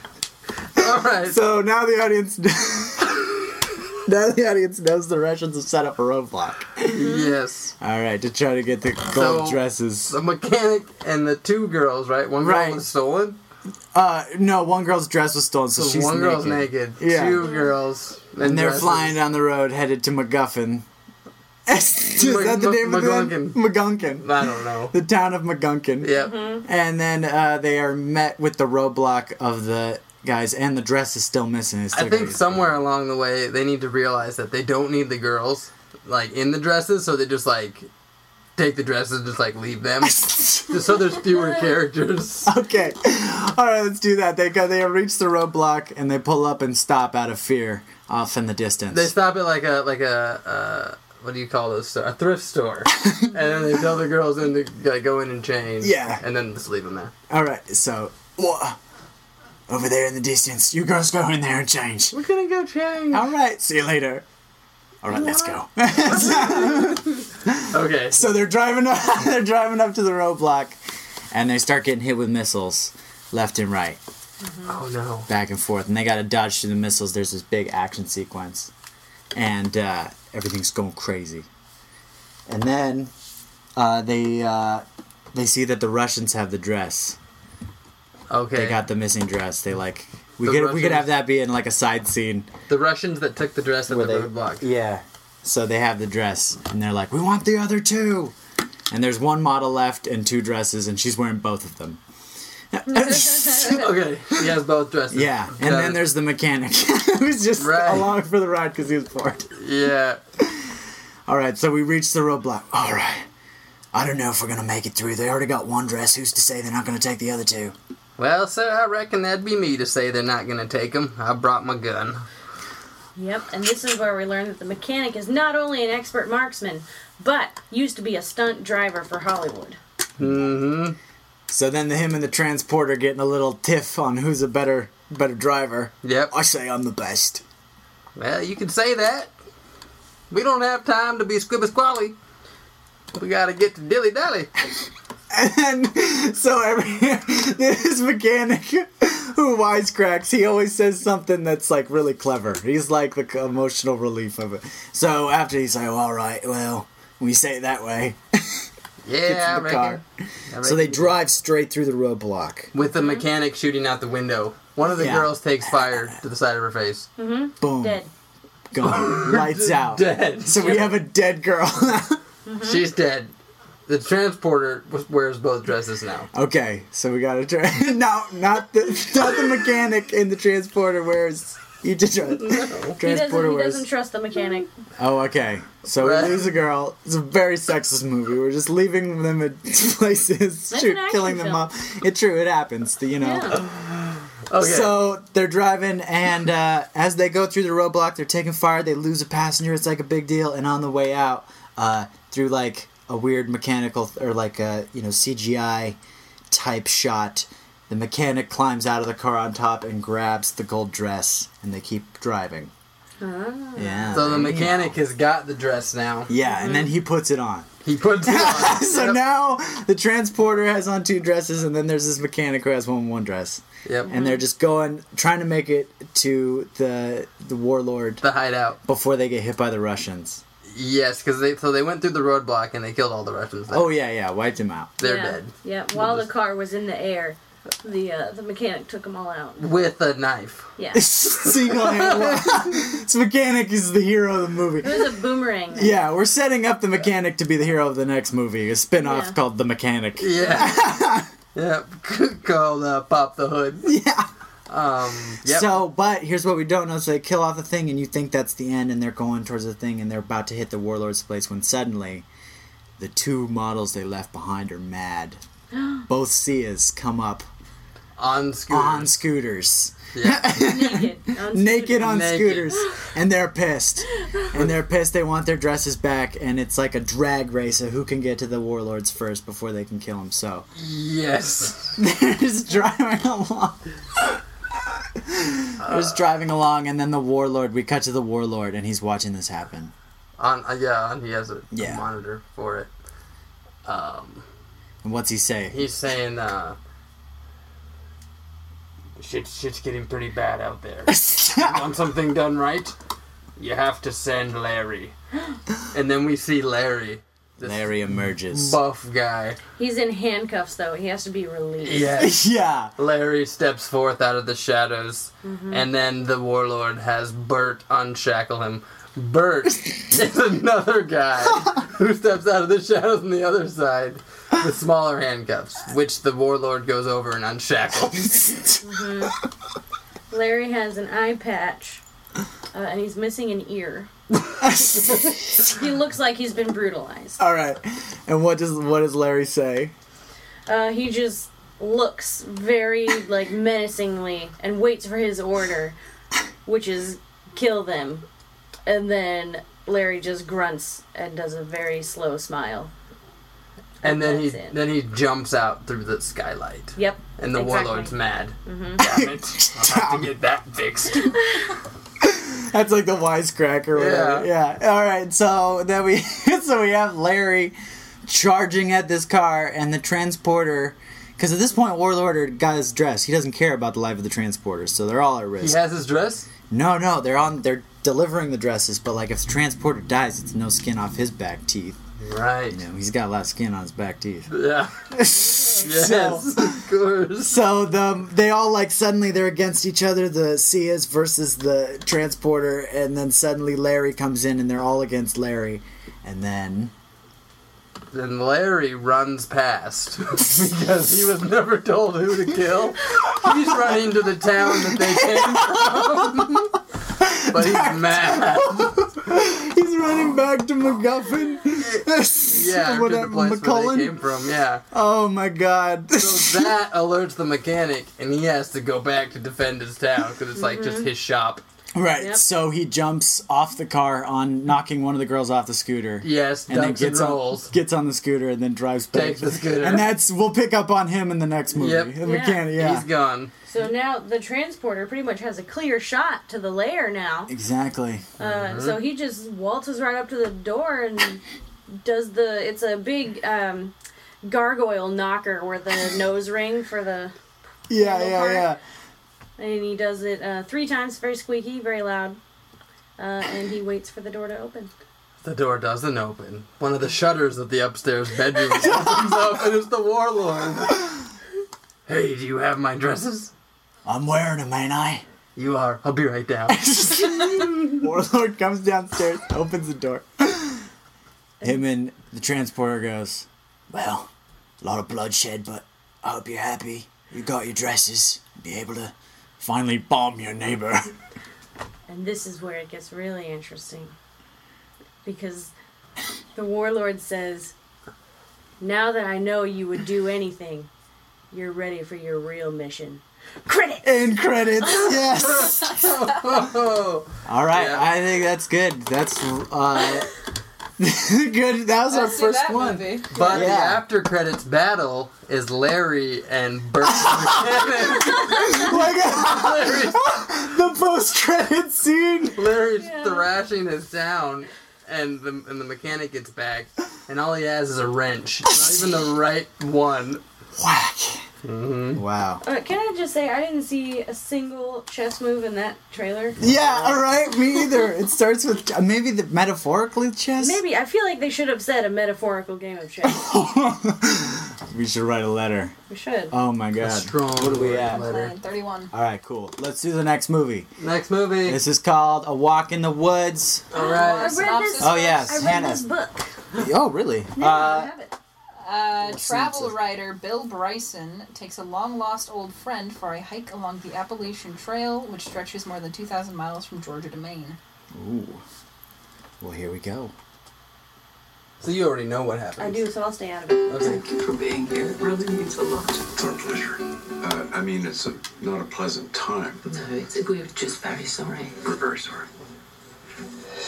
[SPEAKER 4] All right.
[SPEAKER 1] So now the audience. now the audience knows the Russians have set up a roadblock.
[SPEAKER 4] yes.
[SPEAKER 1] All right, to try to get the gold
[SPEAKER 4] So-
[SPEAKER 1] dresses.
[SPEAKER 4] The mechanic and the two girls, right? One girl
[SPEAKER 1] Right.
[SPEAKER 4] was stolen.
[SPEAKER 1] Uh, no, one girl's dress was stolen, so,
[SPEAKER 4] So
[SPEAKER 1] she's
[SPEAKER 4] one girl's naked.
[SPEAKER 1] Yeah.
[SPEAKER 4] Two girls.
[SPEAKER 1] And they're
[SPEAKER 4] dresses.
[SPEAKER 1] flying down the road headed to MacGuffin. Is that the
[SPEAKER 4] Mc-
[SPEAKER 1] name of
[SPEAKER 4] McGunkin.
[SPEAKER 1] the McGunkin.
[SPEAKER 4] I don't know.
[SPEAKER 1] The town of McGunkin.
[SPEAKER 4] Yep.
[SPEAKER 1] And then uh, they are met with the roadblock of the guys, and the dress is still missing. It's
[SPEAKER 4] I
[SPEAKER 1] still
[SPEAKER 4] think
[SPEAKER 1] gonna-
[SPEAKER 4] somewhere along the way they need to realize that they don't need the girls like in the dresses, so they just like take the dresses and just like leave them. just so there's fewer characters.
[SPEAKER 1] Okay. All right, let's do that. They go. They reach the roadblock and they pull up and stop out of fear, off in the distance.
[SPEAKER 4] They stop at like a like a uh, what do you call those store? A thrift store, and then they tell the girls in to like, go in and change.
[SPEAKER 1] Yeah.
[SPEAKER 4] and then just leave them there.
[SPEAKER 1] All right. So, Whoa. over there in the distance, you girls go in there and change.
[SPEAKER 4] We're gonna go change.
[SPEAKER 1] All right. See you later. All right, let's go.
[SPEAKER 4] Okay. So
[SPEAKER 1] So they're driving up. they're driving up to the roadblock, and they start getting hit with missiles, left and right,
[SPEAKER 4] oh no.
[SPEAKER 1] back and forth. And they got to dodge through the missiles. There's this big action sequence, and uh, everything's going crazy. And then uh, they uh, They see that the Russians have the dress.
[SPEAKER 4] Okay.
[SPEAKER 1] They got the missing dress. They like we
[SPEAKER 4] The
[SPEAKER 1] could we could
[SPEAKER 4] Russians-
[SPEAKER 1] have that be in like a side scene
[SPEAKER 4] The Russians that took the dress at
[SPEAKER 1] where
[SPEAKER 4] the
[SPEAKER 1] they
[SPEAKER 4] roadblock.
[SPEAKER 1] yeah. So they have the dress and they're like, we want the other two. And there's one model left and two dresses, and she's wearing both of them.
[SPEAKER 4] okay, he has both dresses.
[SPEAKER 1] Yeah, and
[SPEAKER 4] Got
[SPEAKER 1] then
[SPEAKER 4] it.
[SPEAKER 1] there's the mechanic who's just
[SPEAKER 4] Right.
[SPEAKER 1] along for the ride because he was bored.
[SPEAKER 4] yeah.
[SPEAKER 1] All right, so we reached the roadblock. All right, I don't know if we're gonna make it through. They already got one dress. Who's to say they're not gonna take the other two?
[SPEAKER 4] Well, sir, I reckon that'd be me to say they're not gonna take him. I brought my gun.
[SPEAKER 5] Yep, and this is where we learn that the mechanic is not only an expert marksman, but used to be a stunt driver for Hollywood.
[SPEAKER 4] Mm-hmm.
[SPEAKER 1] So then the him and the transporter getting a little tiff on who's a better better driver.
[SPEAKER 4] Yep.
[SPEAKER 1] I say I'm the best.
[SPEAKER 4] Well, you can say that. We don't have time to be squibbus qually. We gotta get to dilly dally.
[SPEAKER 1] And so every this mechanic who wisecracks, he always says something that's like really clever. He's like the emotional relief of it. So after he's like, all right, well, we say it that way. Gets
[SPEAKER 4] Yeah,
[SPEAKER 1] in
[SPEAKER 4] I
[SPEAKER 1] the
[SPEAKER 4] reckon.
[SPEAKER 1] car.
[SPEAKER 4] I reckon.
[SPEAKER 1] So they drive straight through the roadblock.
[SPEAKER 4] with the mechanic shooting out the window. One of the
[SPEAKER 1] Yeah.
[SPEAKER 4] girls takes fire to the side of her face.
[SPEAKER 1] Boom.
[SPEAKER 5] Dead.
[SPEAKER 1] Gone. Lights out.
[SPEAKER 4] Dead.
[SPEAKER 1] So we have a dead girl.
[SPEAKER 4] She's dead. The transporter w- wears both dresses now.
[SPEAKER 1] okay, so we gotta try. no, not the not the mechanic in the transporter wears each of
[SPEAKER 5] He doesn't,
[SPEAKER 1] Transporter
[SPEAKER 5] he
[SPEAKER 1] wears.
[SPEAKER 5] doesn't trust the mechanic.
[SPEAKER 1] Oh, okay. So
[SPEAKER 4] Right.
[SPEAKER 1] we lose a girl. It's a very sexist movie. We're just leaving them at places,
[SPEAKER 5] That's
[SPEAKER 1] shoot,
[SPEAKER 5] an action
[SPEAKER 1] killing them
[SPEAKER 5] film.
[SPEAKER 1] up. It's true. It happens. You know.
[SPEAKER 5] Yeah.
[SPEAKER 4] Okay.
[SPEAKER 1] So they're driving, and uh, as they go through the roadblock, they're taking fire. They lose a passenger. It's like a big deal. And on the way out, uh, through like a weird mechanical or like a you know CGI type shot, the mechanic climbs out of the car on top and grabs the gold dress, and they keep driving.
[SPEAKER 5] Ah.
[SPEAKER 1] Yeah.
[SPEAKER 4] So the mechanic has got the dress now.
[SPEAKER 1] Yeah, and then he puts it on.
[SPEAKER 4] He puts it on.
[SPEAKER 1] so
[SPEAKER 4] Mm-hmm. yep.
[SPEAKER 1] now the transporter has on two dresses, and then there's this mechanic who has one one dress,
[SPEAKER 4] Yep.
[SPEAKER 1] and they're just going trying to make it to the the warlord
[SPEAKER 4] the hideout.
[SPEAKER 1] before they get hit by the Russians.
[SPEAKER 4] Yes, because they so they went through the roadblock and they killed all the Russians. There.
[SPEAKER 1] Oh yeah, yeah, wiped him out.
[SPEAKER 4] they're
[SPEAKER 5] yeah.
[SPEAKER 4] dead
[SPEAKER 5] Yeah, while the car was in the air, the uh, the mechanic took them all out.
[SPEAKER 4] with a knife.
[SPEAKER 5] Yeah.
[SPEAKER 1] Single This mechanic is the hero of the movie.
[SPEAKER 5] It was a boomerang.
[SPEAKER 1] Yeah, we're setting up the mechanic to be the hero of the next movie, a spin-off
[SPEAKER 5] Yeah.
[SPEAKER 1] called The Mechanic.
[SPEAKER 4] Yeah. yep. Called uh, pop the hood.
[SPEAKER 1] Yeah.
[SPEAKER 4] Um. Yep.
[SPEAKER 1] So, but here's what we don't know. So they kill off the thing, and you think that's the end, and they're going towards the thing, and they're about to hit the warlord's place when suddenly the two models they left behind are mad. Both Sias come up
[SPEAKER 4] on scooter.
[SPEAKER 1] on scooters,
[SPEAKER 4] yeah.
[SPEAKER 5] Naked. On-
[SPEAKER 1] naked on
[SPEAKER 4] Naked.
[SPEAKER 1] scooters, and they're pissed. And they're pissed. They want their dresses back, and it's like a drag race of who can get to the warlords first before they can kill him. So
[SPEAKER 4] yes.
[SPEAKER 1] they're just driving along. They're just driving along, and then the warlord. We cut to the warlord, and he's watching this happen.
[SPEAKER 4] On uh, yeah. On, he has a,
[SPEAKER 1] Yeah.
[SPEAKER 4] a monitor for it. Um.
[SPEAKER 1] And what's he say?
[SPEAKER 4] He's saying uh. Shit, shit's getting pretty bad out there. want something done right, you have to send Larry. and then we see Larry,
[SPEAKER 1] Larry emerges.
[SPEAKER 4] buff guy.
[SPEAKER 5] He's in handcuffs though. He has to be released.
[SPEAKER 4] Yes.
[SPEAKER 1] yeah,
[SPEAKER 4] Larry steps forth out of the shadows,
[SPEAKER 5] Mm-hmm.
[SPEAKER 4] and then the warlord has Bert unshackle him. Bert is another guy who steps out of the shadows on the other side with smaller handcuffs, which the warlord goes over and unshackles.
[SPEAKER 5] Larry has an eye patch, uh, and he's missing an ear. he looks like he's been brutalized.
[SPEAKER 1] all right. And what does what does Larry say?
[SPEAKER 5] Uh, he just looks very like menacingly and waits for his order, which is kill them. And then Larry just grunts and does a very slow smile.
[SPEAKER 4] And then he
[SPEAKER 5] That's it.
[SPEAKER 4] then he jumps out through the skylight.
[SPEAKER 5] Yep.
[SPEAKER 4] And the
[SPEAKER 5] exactly. Mm-hmm.
[SPEAKER 4] warlord's mad. Damn it. I'll have to get that fixed.
[SPEAKER 1] That's like the wisecrack or whatever. Yeah. All right. So then we so we have Larry charging at this car and the transporter. Because at this point, Warlord got his dress. He doesn't care about the life of the transporter, so they're all at risk.
[SPEAKER 4] He has his dress?
[SPEAKER 1] No, no, they're on. They're delivering the dresses, but like if the transporter dies, it's no skin off his back teeth.
[SPEAKER 4] Right.
[SPEAKER 1] You know, he's got a lot of skin on his back teeth.
[SPEAKER 4] Yeah. Yes, of course.
[SPEAKER 1] So the they all like suddenly they're against each other. The Sias versus the transporter, and then suddenly Larry comes in, and they're all against Larry, and then
[SPEAKER 4] Then Larry runs past because he was never told who to kill. He's running to the town that they came from. But he's mad.
[SPEAKER 1] he's running back to MacGuffin.
[SPEAKER 4] Yeah,
[SPEAKER 1] What,
[SPEAKER 4] to
[SPEAKER 1] uh,
[SPEAKER 4] the place where
[SPEAKER 1] McCullen?
[SPEAKER 4] they came from. Yeah.
[SPEAKER 1] Oh my god.
[SPEAKER 4] So that alerts the mechanic, and he has to go back to defend his town because it's like
[SPEAKER 1] Mm-hmm.
[SPEAKER 4] just his shop.
[SPEAKER 1] Right.
[SPEAKER 5] Yep.
[SPEAKER 1] So he jumps off the car on knocking one of the girls off the scooter.
[SPEAKER 4] Yes,
[SPEAKER 1] And then
[SPEAKER 4] ducks and
[SPEAKER 1] gets on,
[SPEAKER 4] rolls.
[SPEAKER 1] gets on the scooter and then drives back.
[SPEAKER 4] Takes the scooter.
[SPEAKER 1] And that's we'll pick up on him in the next movie.
[SPEAKER 4] Yep.
[SPEAKER 1] The mechanic, yeah.
[SPEAKER 4] He's gone.
[SPEAKER 5] So now the transporter pretty much has a clear shot to the lair now.
[SPEAKER 1] Exactly.
[SPEAKER 4] Mm-hmm.
[SPEAKER 5] Uh, so he just waltzes right up to the door and does the. It's a big um, gargoyle knocker where the nose ring for the.
[SPEAKER 1] Yeah,
[SPEAKER 5] Little
[SPEAKER 1] yeah,
[SPEAKER 5] part.
[SPEAKER 1] yeah.
[SPEAKER 5] And he does it uh, three times, very squeaky, very loud. Uh, and he waits for the door to open.
[SPEAKER 4] The door doesn't open. One of the shutters of the upstairs bedroom opens up, and it's the warlord. Hey, do you have my dresses?
[SPEAKER 1] I'm wearing him, ain't I?
[SPEAKER 4] You are. I'll be right down.
[SPEAKER 1] Warlord comes downstairs, opens the door. Him and the transporter goes, Well, a lot of bloodshed, but I hope you're happy. You got your dresses. Be able to finally bomb your neighbor.
[SPEAKER 5] And this is where it gets really interesting. Because the warlord says, Now that I know you would do anything, you're ready for your real mission. Credit!
[SPEAKER 1] End credits. Yes.
[SPEAKER 4] oh,
[SPEAKER 1] All right.
[SPEAKER 4] Yeah.
[SPEAKER 1] I think that's good. That's uh, good. That was our
[SPEAKER 6] Let's see
[SPEAKER 1] first
[SPEAKER 6] that
[SPEAKER 1] one.
[SPEAKER 6] movie.
[SPEAKER 4] but the
[SPEAKER 1] Yeah.
[SPEAKER 4] after credits battle is Larry and Bert Buchanan.
[SPEAKER 1] Like
[SPEAKER 4] Larry's,
[SPEAKER 1] the post credit scene.
[SPEAKER 4] Larry's thrashing his town, and the and the mechanic gets back, and all he has is a wrench. Not even the right one.
[SPEAKER 1] Whack. Wow.
[SPEAKER 5] Uh, can I just say, I didn't see a single chess move in that trailer. Uh,
[SPEAKER 1] Yeah. All right. Me either. It starts with uh, maybe the metaphorically chess.
[SPEAKER 5] Maybe, I feel like they should have said a metaphorical game of chess.
[SPEAKER 1] we should write a letter.
[SPEAKER 5] We should.
[SPEAKER 1] Oh my god.
[SPEAKER 4] Strong.
[SPEAKER 1] What do we at?
[SPEAKER 4] letter.
[SPEAKER 6] 31.
[SPEAKER 1] All right. Cool. Let's do the next movie.
[SPEAKER 4] Next movie.
[SPEAKER 1] This is called A Walk in the Woods.
[SPEAKER 4] all
[SPEAKER 5] I
[SPEAKER 4] right.
[SPEAKER 5] read
[SPEAKER 6] synopsis
[SPEAKER 5] this.
[SPEAKER 1] Oh
[SPEAKER 6] first.
[SPEAKER 5] I
[SPEAKER 1] yes,
[SPEAKER 5] read
[SPEAKER 1] Hannah.
[SPEAKER 5] this book.
[SPEAKER 1] Oh really?
[SPEAKER 5] No, I
[SPEAKER 1] Uh,
[SPEAKER 5] have it.
[SPEAKER 6] Uh, travel
[SPEAKER 1] synopsis?
[SPEAKER 6] writer Bill Bryson takes a long lost old friend for a hike along the Appalachian Trail, which stretches more than 2,000 miles from Georgia to Maine.
[SPEAKER 1] ooh. Well, here we go.
[SPEAKER 4] So you already know what
[SPEAKER 5] I
[SPEAKER 4] happens.
[SPEAKER 5] do, so I'll stay out of it.
[SPEAKER 4] Okay.
[SPEAKER 10] Thank you for being here. It really means a lot.
[SPEAKER 8] It's our pleasure. Uh, I mean, it's a, not a pleasant time.
[SPEAKER 10] No, it's, we're just very sorry.
[SPEAKER 8] We're very sorry.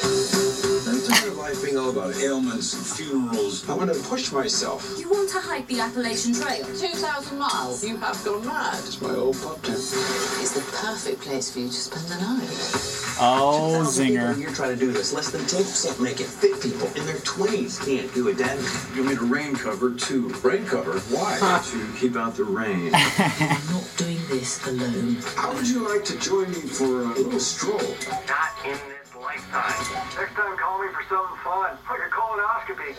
[SPEAKER 8] I'm tired of life being all about ailments and funerals. I want to push myself.
[SPEAKER 9] You want to hike the Appalachian Trail? 2,000 miles.
[SPEAKER 10] You have gone mad.
[SPEAKER 8] It's my old pub tent.
[SPEAKER 9] It's the perfect place for you to spend the night.
[SPEAKER 1] Oh
[SPEAKER 11] 2,000 people a
[SPEAKER 1] zinger.
[SPEAKER 11] year try to do this. Less than 10% make it. Fit people in their 20s can't do it. That
[SPEAKER 8] You made a rain cover too. Rain cover? Why? to keep out the rain.
[SPEAKER 9] I'm not doing this alone.
[SPEAKER 8] How would you like to join me for a little stroll?
[SPEAKER 7] Not in this lifetime. Next time, call me for something fun, like a colonoscopy.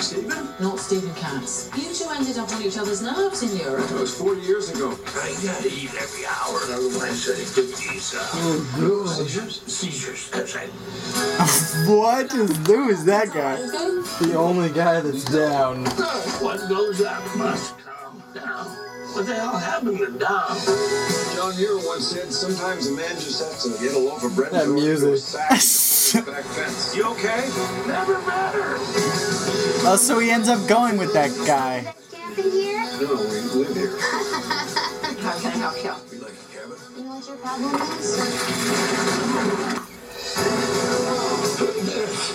[SPEAKER 8] Stephen?
[SPEAKER 9] Not Stephen Katz. You two ended up on each other's nerves in Europe.
[SPEAKER 8] That was 40 years ago.
[SPEAKER 11] I gotta eat every hour, otherwise I get these uh,
[SPEAKER 8] Oh, Seizures?
[SPEAKER 11] seizures. That's right.
[SPEAKER 1] What is who is that guy?
[SPEAKER 9] Go
[SPEAKER 4] The only guy that's down.
[SPEAKER 11] What goes up must come down. What the hell happened to Dom?
[SPEAKER 8] John Hero once said, sometimes a man just has to get a loaf of bread
[SPEAKER 4] That
[SPEAKER 8] and throw it into
[SPEAKER 4] music.
[SPEAKER 8] a sack and throw it back fence. You okay?
[SPEAKER 11] Never matter.
[SPEAKER 1] Oh, so he ends up going with that guy.
[SPEAKER 7] Camping here?
[SPEAKER 8] No, we live here.
[SPEAKER 7] How can I help you?
[SPEAKER 8] We like a cabin.
[SPEAKER 7] You know what your problem is?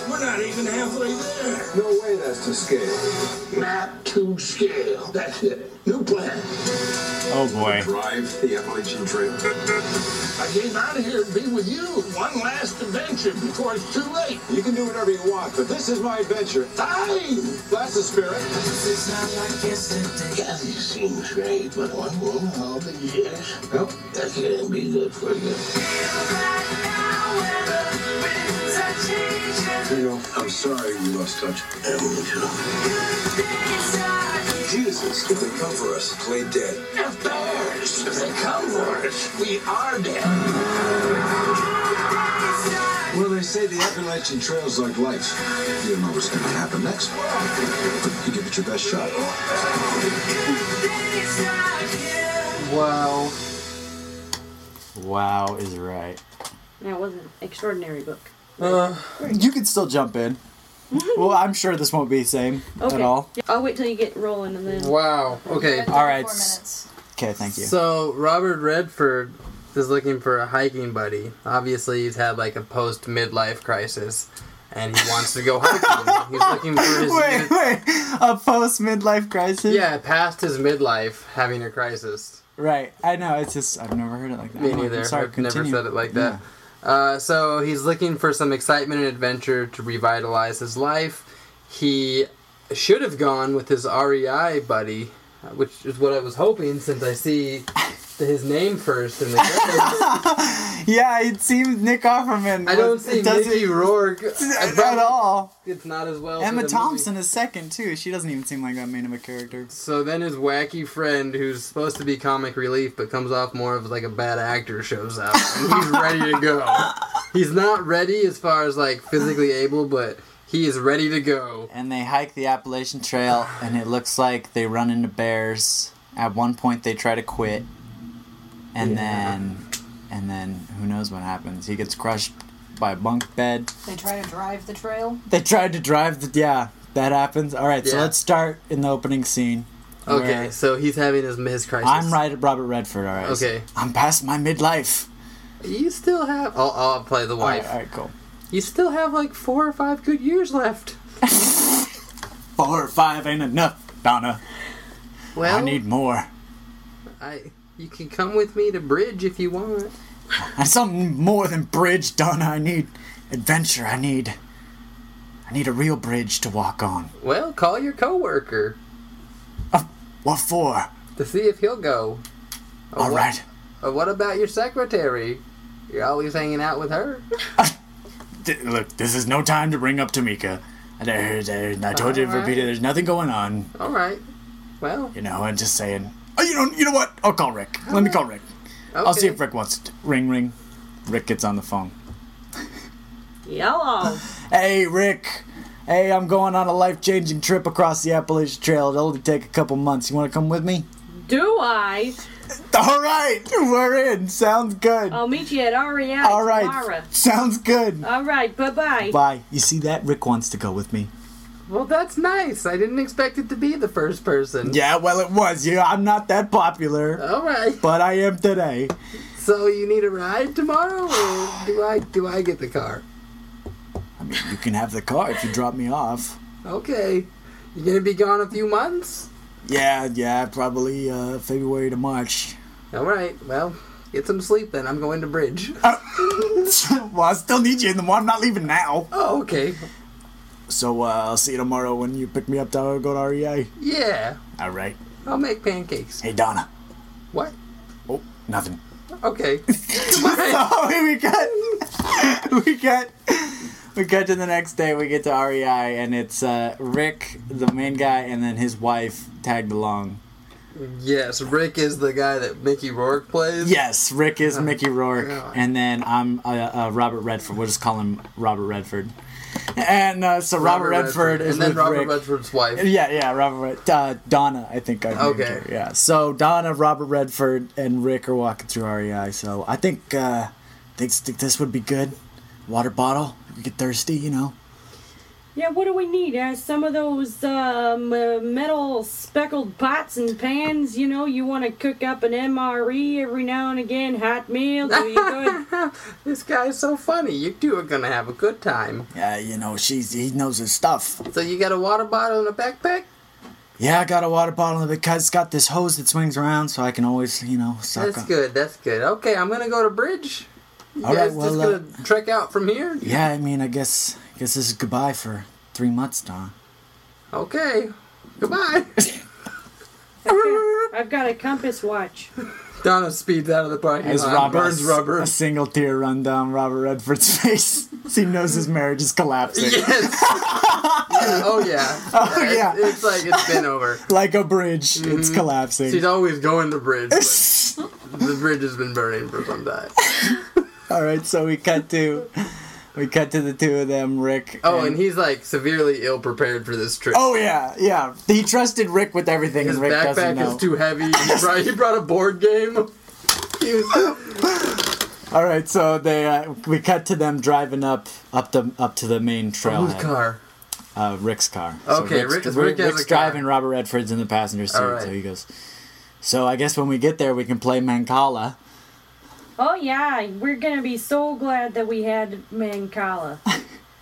[SPEAKER 11] We're not even halfway there.
[SPEAKER 8] No way that's to scale.
[SPEAKER 11] Map to scale. That's it. New plan.
[SPEAKER 1] Oh boy.
[SPEAKER 8] Drive the Appalachian Trail.
[SPEAKER 11] I came out of here to be with you. One last adventure before it's too late.
[SPEAKER 8] You can do whatever you want, but this is my adventure.
[SPEAKER 11] Time!
[SPEAKER 8] That's the spirit.
[SPEAKER 11] It's not like yesterday. Kathy seems great, but one woman all the years. Nope. That can't be good for you.
[SPEAKER 8] Colonel, I'm sorry we lost touch. And me too. Jesus, if they come for us, play dead.
[SPEAKER 11] If bears, if they come for us, we are dead.
[SPEAKER 8] Well, they say the Appalachian Trail's like life. You don't know what's going to happen next. But you give it your best shot.
[SPEAKER 4] Wow.
[SPEAKER 1] Wow is right.
[SPEAKER 5] Yeah, it was an extraordinary book.
[SPEAKER 1] you can still jump in. well, I'm sure this won't be the same at
[SPEAKER 5] Okay.
[SPEAKER 1] all.
[SPEAKER 5] I'll wait till you get rolling and then.
[SPEAKER 4] Wow. Okay.
[SPEAKER 1] All right. Okay, thank you.
[SPEAKER 4] So Robert Redford is looking for a hiking buddy. Obviously, he's had like a post midlife crisis, and he wants to go hiking. he's looking for his
[SPEAKER 1] wait, wait. A post midlife crisis?
[SPEAKER 4] yeah, past his midlife, having a crisis.
[SPEAKER 1] Right. I know. It's just, I've never heard it like that.
[SPEAKER 4] Me
[SPEAKER 1] Anyway,
[SPEAKER 4] neither.
[SPEAKER 1] Oh, I'm sorry,
[SPEAKER 4] I've never
[SPEAKER 1] continue.
[SPEAKER 4] said it like that. Uh, so he's looking for some excitement and adventure to revitalize his life. He should have gone with his REI buddy, uh, which is what I was hoping since I see his name first in the
[SPEAKER 1] Yeah, it seems Nick Offerman.
[SPEAKER 4] I don't
[SPEAKER 1] was-
[SPEAKER 4] see
[SPEAKER 1] it doesn't-
[SPEAKER 4] Mickey Rourke
[SPEAKER 1] at all.
[SPEAKER 4] It's not as well. for
[SPEAKER 1] Emma
[SPEAKER 4] the
[SPEAKER 1] Thompson is second, too. She doesn't even seem like that main of a character.
[SPEAKER 4] So then his wacky friend, who's supposed to be comic relief but comes off more of like a bad actor, shows up. And he's ready to go. He's not ready as far as like physically able, but he is ready to go.
[SPEAKER 1] And they hike the Appalachian Trail, and it looks like they run into bears. At one point, they try to quit, and then, and then who knows what happens? He gets crushed by a bunk bed.
[SPEAKER 6] They try to drive the trail.
[SPEAKER 1] They tried to drive the yeah. That happens. All right, so
[SPEAKER 4] Yeah.
[SPEAKER 1] let's start in the opening scene.
[SPEAKER 4] Okay,
[SPEAKER 1] where
[SPEAKER 4] so he's having his his crisis.
[SPEAKER 1] I'm right at Robert Redford. All right.
[SPEAKER 4] Okay.
[SPEAKER 1] I'm past my midlife.
[SPEAKER 4] You still have. I'll, I'll play the
[SPEAKER 1] All right,
[SPEAKER 4] wife.
[SPEAKER 1] all right, cool.
[SPEAKER 4] You still have like four or five good years left.
[SPEAKER 1] Four or five ain't enough, Donna.
[SPEAKER 4] Well,
[SPEAKER 1] I need more.
[SPEAKER 4] I. You can come with me to bridge if you want.
[SPEAKER 1] And something more than bridge, Donna. I need adventure. I need. I need a real bridge to walk on.
[SPEAKER 4] Well, call your coworker
[SPEAKER 1] What for?
[SPEAKER 4] to see if he'll go. Or
[SPEAKER 1] All
[SPEAKER 4] what-
[SPEAKER 1] right.
[SPEAKER 4] Or what about your secretary? You're always hanging out with her.
[SPEAKER 1] Th- look, this is no time to bring up Tamika. There, there, I told you
[SPEAKER 4] Alright.
[SPEAKER 1] repeatedly, there's nothing going on.
[SPEAKER 4] All right. Well,
[SPEAKER 1] You know, I'm just saying. Oh, you know, you know what? I'll call Rick. Let me call Rick. I'll see
[SPEAKER 4] Okay.
[SPEAKER 1] if Rick wants to. Ring, ring. Rick gets on the phone.
[SPEAKER 5] Yellow.
[SPEAKER 1] Hey, Rick. Hey, I'm going on a life-changing trip across the Appalachian Trail. It'll only take a couple months. You want to come with me?
[SPEAKER 5] Do I?
[SPEAKER 1] All right, we're in. Sounds good.
[SPEAKER 5] I'll meet you at REI
[SPEAKER 1] All right,
[SPEAKER 5] tomorrow.
[SPEAKER 1] sounds good.
[SPEAKER 5] All right. Bye bye.
[SPEAKER 1] Bye. You see that? Rick wants to go with me.
[SPEAKER 4] well, that's nice. I didn't expect it to be the first person.
[SPEAKER 1] Yeah, well, it was you. I'm not that popular,
[SPEAKER 4] All right.
[SPEAKER 1] but I am today.
[SPEAKER 4] So you need a ride tomorrow, or do I do I get the car?
[SPEAKER 1] I mean, you can have the car if you drop me off.
[SPEAKER 4] Okay. You gonna be gone a few months?
[SPEAKER 1] Yeah, yeah, probably uh, February to March.
[SPEAKER 4] All right. Well, get some sleep then. I'm going to bridge.
[SPEAKER 1] Uh, well, I still need you in the morning. I'm not leaving now.
[SPEAKER 4] Oh, okay.
[SPEAKER 1] So uh, I'll see you tomorrow when you pick me up to go to REA.
[SPEAKER 4] Yeah.
[SPEAKER 1] All right.
[SPEAKER 4] I'll make pancakes.
[SPEAKER 1] Hey, Donna.
[SPEAKER 4] What?
[SPEAKER 1] Oh, nothing.
[SPEAKER 4] Okay.
[SPEAKER 1] so we got we got we got to the next day we get to rei and it's uh, rick the main guy and then his wife tagged along
[SPEAKER 4] yes, Rick is the guy that Mickey Rourke plays.
[SPEAKER 1] yes rick is mickey rourke
[SPEAKER 4] God.
[SPEAKER 1] and then i'm uh, uh, robert redford we'll just call him robert redford and uh, so robert, redford, is
[SPEAKER 4] and then
[SPEAKER 1] with
[SPEAKER 4] Robert
[SPEAKER 1] rick
[SPEAKER 4] Redford's wife.
[SPEAKER 1] yeah, yeah, Robert. Red- Uh, Donna, I think I named
[SPEAKER 4] Okay.
[SPEAKER 1] her. Yeah, so Donna, Robert Redford, and Rick are walking through REI. So I think uh, think think this would be good. Water bottle. You get thirsty, you know.
[SPEAKER 5] Yeah. What do we need? Uh, some of those um, uh, metal speckled pots and pans. You know, you want to cook up an MRE every now and again. Hot meal. Do you good?
[SPEAKER 4] This guy's so funny. You two are gonna have a good time.
[SPEAKER 1] Yeah, you know she's he knows his stuff.
[SPEAKER 4] So you got a water bottle and a backpack?
[SPEAKER 1] Yeah, I got a water bottle because it's got this hose that swings around, so I can always you know suck.
[SPEAKER 4] That's
[SPEAKER 1] up.
[SPEAKER 4] good. That's good. Okay, I'm gonna go to bridge. You
[SPEAKER 1] All right,
[SPEAKER 4] guys just
[SPEAKER 1] well, uh,
[SPEAKER 4] gonna trek out from here?
[SPEAKER 1] Yeah, I mean, I guess I guess this is goodbye for three months, Donna.
[SPEAKER 4] Okay. Goodbye.
[SPEAKER 5] I've got a compass watch.
[SPEAKER 4] Donna speeds out of the parking
[SPEAKER 1] As
[SPEAKER 4] lot.
[SPEAKER 1] Robert
[SPEAKER 4] burns rubber.
[SPEAKER 1] a single tear run down Robert Redford's face. So he knows his marriage is collapsing.
[SPEAKER 4] Yes. Yeah, oh yeah.
[SPEAKER 1] Oh, yeah.
[SPEAKER 4] It's, it's like it's been over.
[SPEAKER 1] Like a bridge, it's
[SPEAKER 4] Mhm.
[SPEAKER 1] collapsing.
[SPEAKER 4] She's always going the bridge. but the bridge has been burning for some time.
[SPEAKER 1] All right, so we cut to we cut to the two of them, Rick.
[SPEAKER 4] Oh, and he's like severely ill prepared for this trip.
[SPEAKER 1] Oh yeah, yeah. He trusted Rick with everything,
[SPEAKER 4] His
[SPEAKER 1] and Rick doesn't
[SPEAKER 4] backpack
[SPEAKER 1] know.
[SPEAKER 4] is too heavy. He brought, he brought a board game. He was-
[SPEAKER 1] All right, so they uh, we cut to them driving up up the up to the main trailhead.
[SPEAKER 4] Whose car?
[SPEAKER 1] Uh, Rick's car.
[SPEAKER 4] Okay, Rick-
[SPEAKER 1] Rick's,
[SPEAKER 4] Rick has
[SPEAKER 1] Rick's
[SPEAKER 4] a car.
[SPEAKER 1] driving. Robert Redford's in the passenger seat,
[SPEAKER 4] All right.
[SPEAKER 1] so he goes. So I guess when we get there, we can play Mancala.
[SPEAKER 5] Oh yeah, we're gonna be so glad that we had Mancala.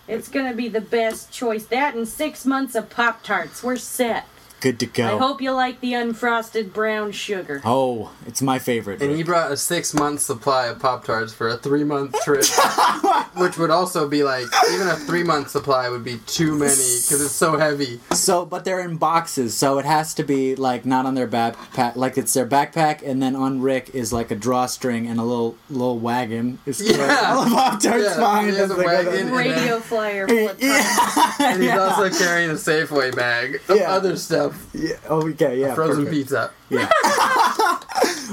[SPEAKER 5] it's gonna be the best choice. That and six months of Pop Tarts, we're set.
[SPEAKER 1] Good to go.
[SPEAKER 5] I hope you like the unfrosted brown sugar.
[SPEAKER 1] Oh, it's my favorite.
[SPEAKER 4] And he brought a six month supply of Pop Tarts for a three month trip, which would also be like, even a three month supply would be too many because it's so heavy.
[SPEAKER 1] So, but they're in boxes, so it has to be like not on their backpack, like it's their backpack, and then on Rick is like a drawstring and a little little wagon. Is
[SPEAKER 4] Yeah.
[SPEAKER 1] all the Pop Tarts
[SPEAKER 4] Yeah,
[SPEAKER 1] behind
[SPEAKER 4] he
[SPEAKER 1] as
[SPEAKER 4] has a
[SPEAKER 1] they go
[SPEAKER 4] wagon.
[SPEAKER 1] down.
[SPEAKER 5] Radio flyer. flip
[SPEAKER 4] And he's
[SPEAKER 1] Yeah.
[SPEAKER 4] also carrying a Safeway bag of other stuff.
[SPEAKER 1] Yeah. Oh, okay, yeah.
[SPEAKER 4] Frozen
[SPEAKER 1] perfect.
[SPEAKER 4] pizza.
[SPEAKER 1] Yeah.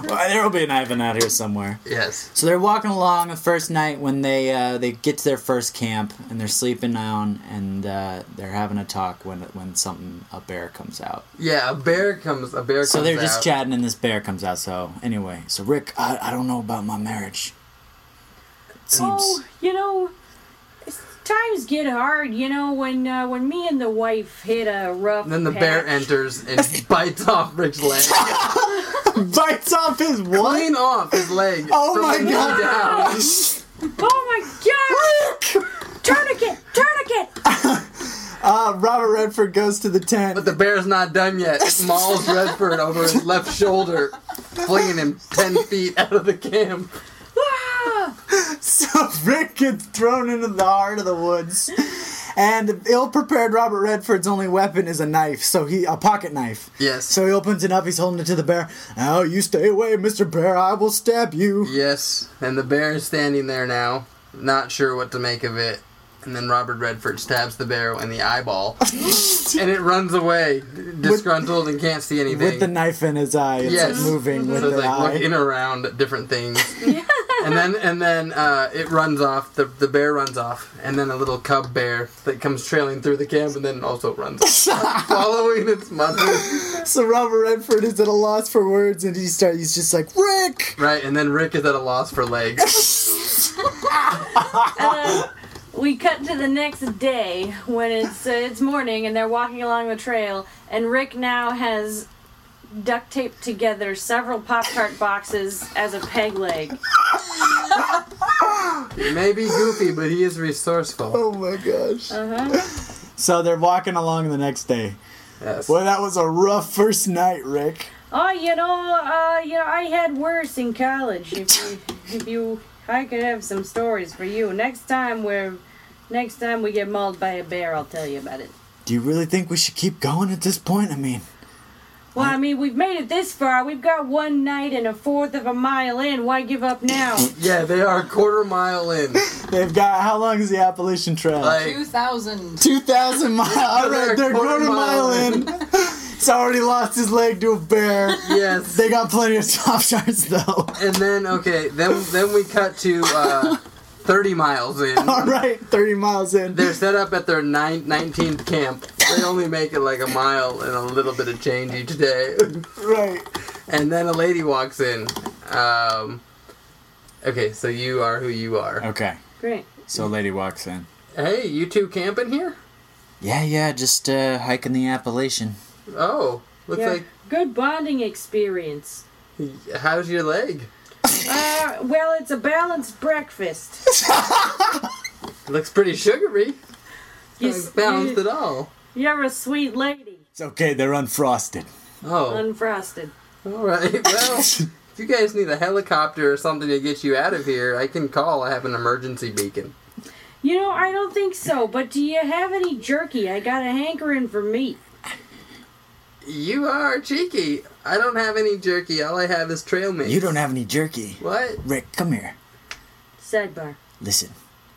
[SPEAKER 1] well, there will be an Ivan out here somewhere.
[SPEAKER 4] Yes.
[SPEAKER 1] So they're walking along the first night when they uh, they get to their first camp and they're sleeping down and uh, they're having a talk when when something a bear comes out.
[SPEAKER 4] Yeah, a bear comes. A bear
[SPEAKER 1] So
[SPEAKER 4] comes
[SPEAKER 1] they're just
[SPEAKER 4] out.
[SPEAKER 1] chatting and this bear comes out. So anyway, so Rick, I, I don't know about my marriage. It seems.
[SPEAKER 5] Oh, you know, it's- times get hard. You know when uh, when me and the wife hit a rough.
[SPEAKER 4] And then the
[SPEAKER 5] patch.
[SPEAKER 4] bear enters and bites off Rick's leg.
[SPEAKER 1] bites off his what?
[SPEAKER 4] Clean off his leg.
[SPEAKER 1] Oh
[SPEAKER 4] from
[SPEAKER 1] my
[SPEAKER 4] the knee
[SPEAKER 1] God.
[SPEAKER 4] down.
[SPEAKER 5] Oh my god! tourniquet! Tourniquet!
[SPEAKER 1] Uh, Robert Redford goes to the tent.
[SPEAKER 4] But the bear's not done yet. It mauls Redford over his left shoulder, flinging him ten feet out of the camp.
[SPEAKER 1] So Rick gets thrown into the heart of the woods, and ill-prepared Robert Redford's only weapon is a knife. So he a pocket knife.
[SPEAKER 4] Yes.
[SPEAKER 1] So he opens it up. He's holding it to the bear. Oh, you stay away, Mister Bear. I will stab you.
[SPEAKER 4] Yes, and the bear is standing there now, not sure what to make of it. And then Robert Redford stabs the bear in the eyeball, and it runs away, disgruntled and can't see anything.
[SPEAKER 1] With the knife in his eye, it's like,
[SPEAKER 4] Yes.
[SPEAKER 1] moving with
[SPEAKER 4] so
[SPEAKER 1] the
[SPEAKER 4] it's like
[SPEAKER 1] eye.
[SPEAKER 4] looking around at different things. and then and then uh, it runs off. The the bear runs off, and then a little cub bear that comes trailing through the camp, and then also runs off, following its mother.
[SPEAKER 1] so Robert Redford is at a loss for words, and he start. He's just like Rick.
[SPEAKER 4] Right, and then Rick is at a loss for legs.
[SPEAKER 5] We cut to the next day when it's uh, it's morning and they're walking along the trail and Rick now has duct taped together several Pop Tart boxes as a peg leg.
[SPEAKER 4] He may be goofy, but he is resourceful.
[SPEAKER 1] Oh my gosh.
[SPEAKER 5] Uh-huh.
[SPEAKER 1] So they're walking along the next day.
[SPEAKER 4] Yes.
[SPEAKER 1] Well, that was a rough first night, Rick.
[SPEAKER 5] Oh, you know, uh, you know, I had worse in college. If you, if you, I could have some stories for you next time. We're, next time we get mauled by a bear, I'll tell you about it.
[SPEAKER 1] Do you really think we should keep going at this point? I mean.
[SPEAKER 5] Well, I mean, we've made it this far. We've got one night and a fourth of a mile in. Why give up now?
[SPEAKER 4] Yeah, they are a quarter mile in.
[SPEAKER 1] They've got how long is the Appalachian Trail?
[SPEAKER 4] Like,
[SPEAKER 6] 2000.
[SPEAKER 1] Two thousand miles. All right, they're quarter mile in. He's already lost his leg to a bear.
[SPEAKER 4] yes.
[SPEAKER 1] They got plenty of soft shots though.
[SPEAKER 4] And then okay, then then we cut to uh, thirty miles in.
[SPEAKER 1] All right, thirty miles in.
[SPEAKER 4] They're set up at their nine, 19th camp. They only make it like a mile and a little bit of change each day.
[SPEAKER 1] right.
[SPEAKER 4] And then a lady walks in. Um, okay, so you are who you are.
[SPEAKER 1] Okay.
[SPEAKER 5] Great.
[SPEAKER 1] So a lady walks in.
[SPEAKER 4] Hey, you two camping here?
[SPEAKER 1] Yeah, yeah, just uh, hiking the Appalachian.
[SPEAKER 4] Oh, looks
[SPEAKER 5] Yeah. Good bonding experience.
[SPEAKER 4] like. How's your leg?
[SPEAKER 5] Uh, well, it's a balanced breakfast.
[SPEAKER 4] Looks pretty sugary.
[SPEAKER 5] You,
[SPEAKER 4] It's balanced
[SPEAKER 5] you,
[SPEAKER 4] at all.
[SPEAKER 5] you're a sweet lady,
[SPEAKER 1] It's okay. They're unfrosted.
[SPEAKER 4] Oh,
[SPEAKER 5] unfrosted.
[SPEAKER 4] all right. Well, if you guys need a helicopter or something to get you out of here, I can call. I have an emergency beacon.
[SPEAKER 5] You know, I don't think so. But do you have any jerky? I got a hankering for meat.
[SPEAKER 4] You are cheeky. I don't have any jerky. All I have is trail mix.
[SPEAKER 1] You don't have any jerky.
[SPEAKER 4] What?
[SPEAKER 1] Rick, come here.
[SPEAKER 5] Sidebar.
[SPEAKER 1] Listen.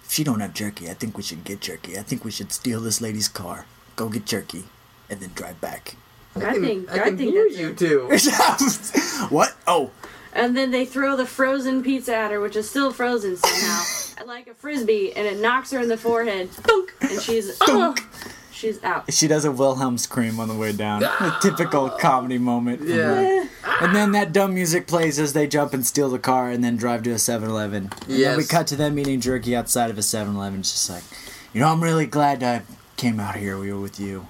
[SPEAKER 1] If you don't have jerky, I think we should get jerky. I think we should steal this lady's car, go get jerky, and then drive back.
[SPEAKER 5] I think I, think
[SPEAKER 4] hear
[SPEAKER 5] that's
[SPEAKER 4] you
[SPEAKER 5] it.
[SPEAKER 4] too.
[SPEAKER 1] What? Oh,
[SPEAKER 5] And then they throw the frozen pizza at her, which is still frozen somehow, like a frisbee, and it knocks her in the forehead. Thunk! And she's oh, she's out.
[SPEAKER 1] she does a Wilhelm scream on the way down. a typical comedy moment. from
[SPEAKER 5] Yeah.
[SPEAKER 1] her. And then that dumb music plays as they jump and steal the car and then drive to a 7-Eleven. And then we
[SPEAKER 4] Yes.
[SPEAKER 1] cut to them eating jerky outside of a 7-Eleven. It's just like, you know, I'm really glad I came out here. We were with you.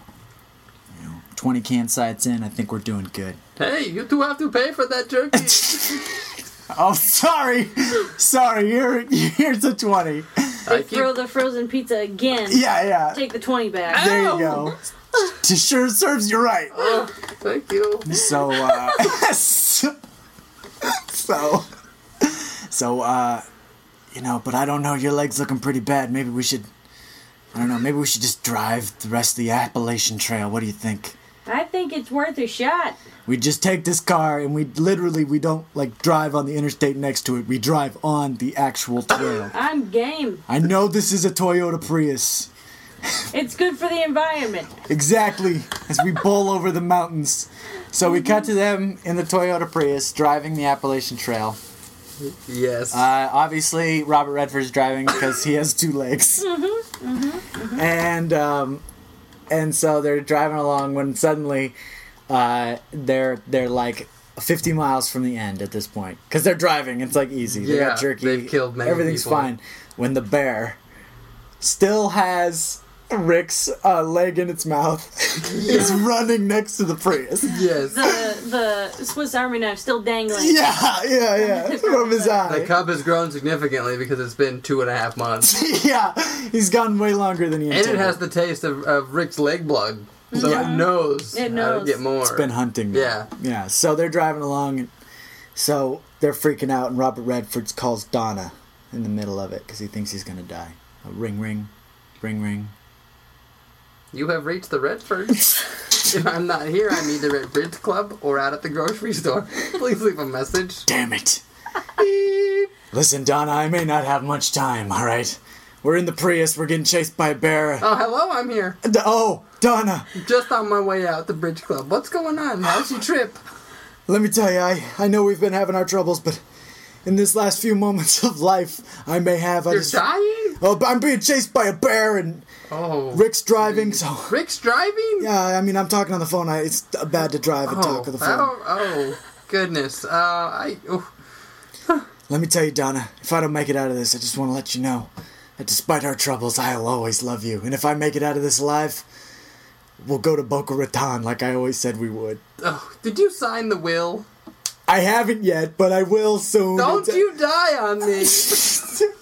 [SPEAKER 1] You know, 20 can sites in. I think we're doing good.
[SPEAKER 4] Hey, you two have to pay for that jerky.
[SPEAKER 1] Oh, sorry. sorry. Here, here's a 20.
[SPEAKER 5] They throw the frozen pizza again.
[SPEAKER 1] Yeah, yeah.
[SPEAKER 5] Take the twenty back.
[SPEAKER 1] There you go. It sure serves you right.
[SPEAKER 4] Oh, thank you.
[SPEAKER 1] So, uh, so, so, uh, you know, but I don't know. Your leg's looking pretty bad. Maybe we should, I don't know. Maybe we should just drive the rest of the Appalachian Trail. What do you think?
[SPEAKER 5] I think it's worth a shot.
[SPEAKER 1] We just take this car and we literally we don't like drive on the interstate next to it. We drive on the actual trail.
[SPEAKER 5] I'm game.
[SPEAKER 1] I know this is a Toyota Prius.
[SPEAKER 5] It's good for the environment.
[SPEAKER 1] Exactly, as we bowl over the mountains. So we cut to them in the Toyota Prius driving the Appalachian Trail.
[SPEAKER 4] Yes.
[SPEAKER 1] Uh, obviously, Robert Redford's driving because he has two legs. And um, and so they're driving along when suddenly uh, they're they're like 50 miles from the end at this point because they're driving. It's like easy. they
[SPEAKER 4] Yeah,
[SPEAKER 1] got jerky.
[SPEAKER 4] they've killed many
[SPEAKER 1] Everything's
[SPEAKER 4] people.
[SPEAKER 1] fine. When the bear still has Rick's uh, leg in its mouth, is running next to the Prius.
[SPEAKER 4] Yes.
[SPEAKER 5] The the Swiss Army knife still dangling.
[SPEAKER 1] Yeah, yeah, yeah. From his eye.
[SPEAKER 4] The cub has grown significantly because it's been two and a half months.
[SPEAKER 1] yeah, he's gone way longer than he
[SPEAKER 4] and
[SPEAKER 1] intended.
[SPEAKER 4] it has the taste of, of Rick's leg blood. So
[SPEAKER 1] Yeah.
[SPEAKER 4] it knows.
[SPEAKER 5] It
[SPEAKER 4] How to
[SPEAKER 5] knows.
[SPEAKER 4] get more.
[SPEAKER 1] It's been hunting. them.
[SPEAKER 4] Yeah.
[SPEAKER 1] Yeah. So they're driving along, and so they're freaking out, and Robert Redford calls Donna in the middle of it because he thinks he's gonna die. A ring, ring, ring, ring.
[SPEAKER 4] You have reached the Redford. if I'm not here, I'm either at Ridge Club or out at the grocery store. Please leave a message.
[SPEAKER 1] Damn it! Listen, Donna, I may not have much time. All right, we're in the Prius. We're getting chased by a bear.
[SPEAKER 4] Oh, hello, I'm here.
[SPEAKER 1] D- oh, Donna,
[SPEAKER 4] Just on my way out the Bridge Club. What's going on? How's your trip?
[SPEAKER 1] let me tell you, I I know we've been having our troubles, but in this last few moments of life, I may have. I
[SPEAKER 4] You're
[SPEAKER 1] just-
[SPEAKER 4] dying?
[SPEAKER 1] Oh, but I'm being chased by a bear, and
[SPEAKER 4] Oh.
[SPEAKER 1] Rick's driving, so.
[SPEAKER 4] Rick's driving?
[SPEAKER 1] Yeah, I mean, I'm talking on the phone. I, it's bad to drive and
[SPEAKER 4] Oh,
[SPEAKER 1] talk on the
[SPEAKER 4] I
[SPEAKER 1] phone.
[SPEAKER 4] don't- oh, goodness. Uh, I. oh,
[SPEAKER 1] Let me tell you, Donna, if I don't make it out of this, I just want to let you know that despite our troubles, I'll always love you. And if I make it out of this alive, we'll go to Boca Raton like I always said we would.
[SPEAKER 4] oh, did you sign the will?
[SPEAKER 1] I haven't yet, but I will soon.
[SPEAKER 4] Don't
[SPEAKER 1] It's-
[SPEAKER 4] you die on me.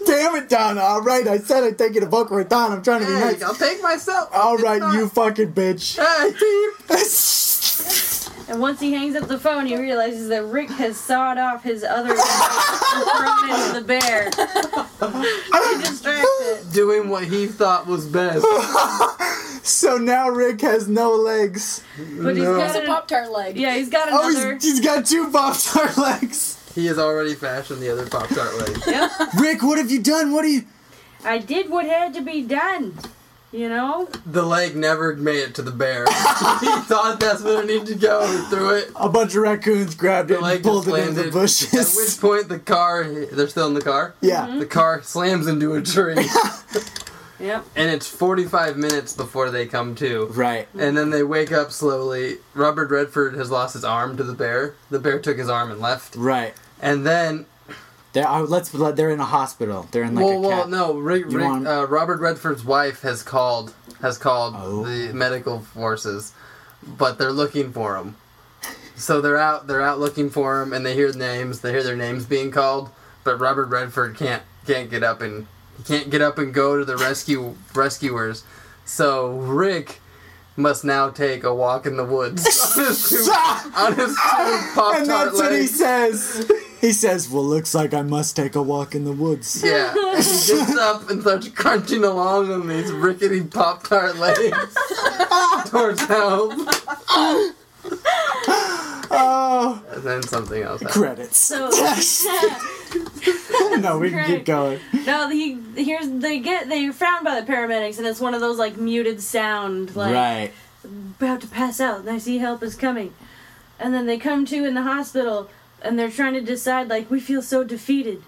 [SPEAKER 1] Damn it, Donna. All right, I said I'd take you to Boca Raton. I'm trying to be
[SPEAKER 4] hey,
[SPEAKER 1] nice.
[SPEAKER 4] I'll take myself.
[SPEAKER 1] All
[SPEAKER 4] It's
[SPEAKER 1] right,
[SPEAKER 4] not-
[SPEAKER 1] you fucking bitch.
[SPEAKER 4] Hey,
[SPEAKER 5] And once he hangs up the phone, he realizes that Rick has sawed off his other leg and thrown it to the bear. to distract it.
[SPEAKER 4] doing what he thought was best.
[SPEAKER 1] so now Rick has no legs.
[SPEAKER 5] But he's got
[SPEAKER 6] It's a
[SPEAKER 5] an,
[SPEAKER 6] Pop Tart leg.
[SPEAKER 5] yeah, he's got
[SPEAKER 1] Oh,
[SPEAKER 5] another.
[SPEAKER 1] he's, he's got two bobs on legs.
[SPEAKER 4] He has already fashioned the other Pop Tart leg.
[SPEAKER 1] Rick, what have you done? What are you.
[SPEAKER 5] I did what had to be done. You know,
[SPEAKER 4] The leg never made it to the bear. he thought that's where it needed to go and threw it.
[SPEAKER 1] A bunch of raccoons grabbed it
[SPEAKER 4] The leg
[SPEAKER 1] and pulled
[SPEAKER 4] just
[SPEAKER 1] it into
[SPEAKER 4] landed.
[SPEAKER 1] the
[SPEAKER 4] At
[SPEAKER 1] bushes.
[SPEAKER 4] which point the car, they're still in the car.
[SPEAKER 1] Yeah.
[SPEAKER 4] The car slams into a tree,
[SPEAKER 5] yep.
[SPEAKER 4] and it's 45 minutes before they come to.
[SPEAKER 1] Right.
[SPEAKER 4] And then they wake up slowly. Robert Redford has lost his arm to the bear. The bear took his arm and left.
[SPEAKER 1] Right.
[SPEAKER 4] And then,
[SPEAKER 1] They're, uh, let's, let- they're in a hospital. They're in like
[SPEAKER 4] well,
[SPEAKER 1] a
[SPEAKER 4] well,
[SPEAKER 1] cat-
[SPEAKER 4] no, Rick,
[SPEAKER 1] You
[SPEAKER 4] Rick,
[SPEAKER 1] want-
[SPEAKER 4] uh, Robert Redford's wife has called has called
[SPEAKER 1] Oh.
[SPEAKER 4] the medical forces, but they're looking for him. So they're out they're out looking for him, and they hear names. They hear their names being called, but Robert Redford can't can't get up and he can't get up and go to the rescue rescuers. So Rick must now take a walk in the woods on his two, on his two pop
[SPEAKER 1] And
[SPEAKER 4] tart
[SPEAKER 1] that's what he
[SPEAKER 4] legs.
[SPEAKER 1] says. He says, Well, looks like I must take a walk in the woods.
[SPEAKER 4] Yeah, he gets up and starts crunching along on these rickety Pop Tart legs towards home.
[SPEAKER 1] Oh.
[SPEAKER 4] And then something else. happened.
[SPEAKER 1] Credits.
[SPEAKER 5] So
[SPEAKER 1] no, we can keep
[SPEAKER 5] Right.
[SPEAKER 1] going.
[SPEAKER 5] no, he here's they get they are found by the paramedics and it's one of those like muted sound like
[SPEAKER 1] right.
[SPEAKER 5] about to pass out and I see help is coming. And then they come to in the hospital and they're trying to decide like we feel so defeated.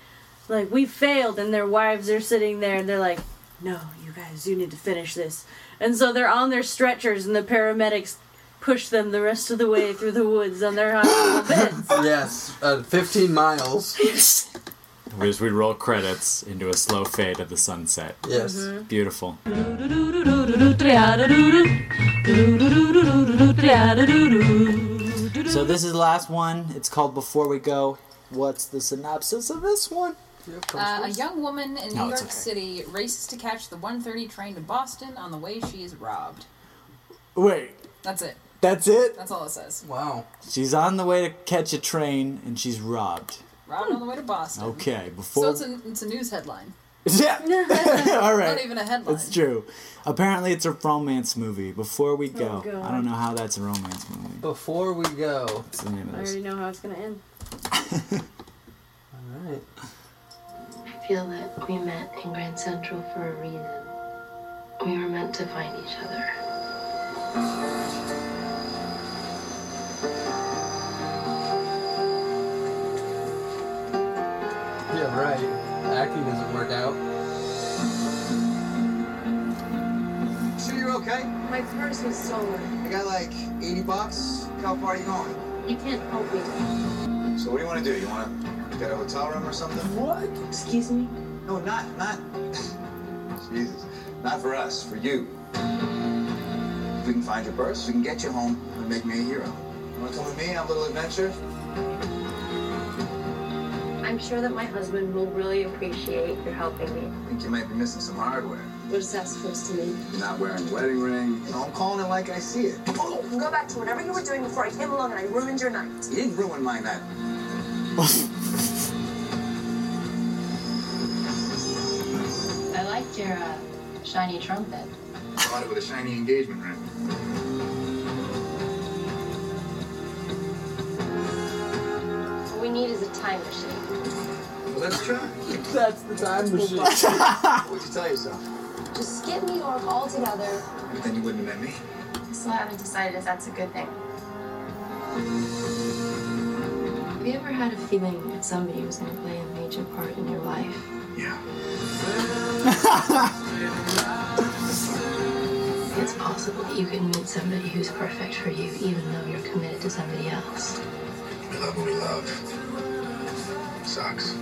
[SPEAKER 5] Like we failed and their wives are sitting there and they're like, "No, you guys, you need to finish this." And so they're on their stretchers and the paramedics push them the rest of the way through the woods on their hospital beds.
[SPEAKER 4] Yes, uh, 15 miles.
[SPEAKER 1] We just we roll credits into a slow fade of the sunset.
[SPEAKER 4] Yes.
[SPEAKER 1] Mm-hmm.
[SPEAKER 4] Mhm.
[SPEAKER 1] Beautiful. So this is the last one. It's called Before We Go. What's the synopsis of this one?
[SPEAKER 6] Uh, a young woman in
[SPEAKER 1] No,
[SPEAKER 6] New
[SPEAKER 1] it's
[SPEAKER 6] York
[SPEAKER 1] okay.
[SPEAKER 6] City races to catch the 1:30 train to Boston. On the way, she is robbed.
[SPEAKER 1] Wait,
[SPEAKER 6] That's it.
[SPEAKER 1] that's it?
[SPEAKER 6] That's all it says.
[SPEAKER 4] Wow.
[SPEAKER 1] She's on the way to catch a train and she's robbed.
[SPEAKER 6] Robbed on the way to Boston.
[SPEAKER 1] Okay,
[SPEAKER 6] So
[SPEAKER 1] before
[SPEAKER 6] it's a, it's a news headline.
[SPEAKER 1] Yeah. All right.
[SPEAKER 6] Not even a headline.
[SPEAKER 1] It's true. Apparently, it's a romance movie. Before we go,
[SPEAKER 6] Oh,
[SPEAKER 5] God.
[SPEAKER 1] I don't know how that's a romance movie.
[SPEAKER 4] Before we go.
[SPEAKER 1] What's the name of
[SPEAKER 5] I
[SPEAKER 1] this?
[SPEAKER 5] already know how it's going to end.
[SPEAKER 4] Alright.
[SPEAKER 9] I feel that we met in Grand Central for a reason. We were meant to find each other.
[SPEAKER 4] Yeah, right. Acting doesn't work out.
[SPEAKER 12] So you're okay? My purse was stolen. I got like 80 bucks. How far are you going? You can't help me.
[SPEAKER 8] So what do you want to do? You want to get a hotel room or something? What?
[SPEAKER 9] Excuse me?
[SPEAKER 8] No, not not. Jesus, not for us, for you. If we can find your purse, we can get you home and make me a hero. You want to come with me on a little adventure?
[SPEAKER 9] I'm sure that my husband will really appreciate your helping me.
[SPEAKER 8] I think you might be missing some hardware.
[SPEAKER 9] What is that supposed to mean?
[SPEAKER 8] You're not wearing a wedding ring. You know, I'm calling it like I see it.
[SPEAKER 9] You can go back to whatever you were doing before I came along and I ruined your night.
[SPEAKER 8] You didn't ruin my night.
[SPEAKER 9] I liked your uh, shiny trumpet.
[SPEAKER 8] Bought it with a shiny engagement ring.
[SPEAKER 9] What we need is a time machine.
[SPEAKER 8] Well, let's try.
[SPEAKER 4] That's the time machine.
[SPEAKER 8] What'd you tell yourself?
[SPEAKER 9] Just get New York all together,
[SPEAKER 8] But then you wouldn't have met me.
[SPEAKER 9] Still haven't decided if that's a good thing. Have you ever had a feeling that somebody was going to play a major part in your life?
[SPEAKER 8] Yeah.
[SPEAKER 9] It's possible that you can meet somebody who's perfect for you, even though you're committed to somebody else.
[SPEAKER 8] We love what we love. Sucks.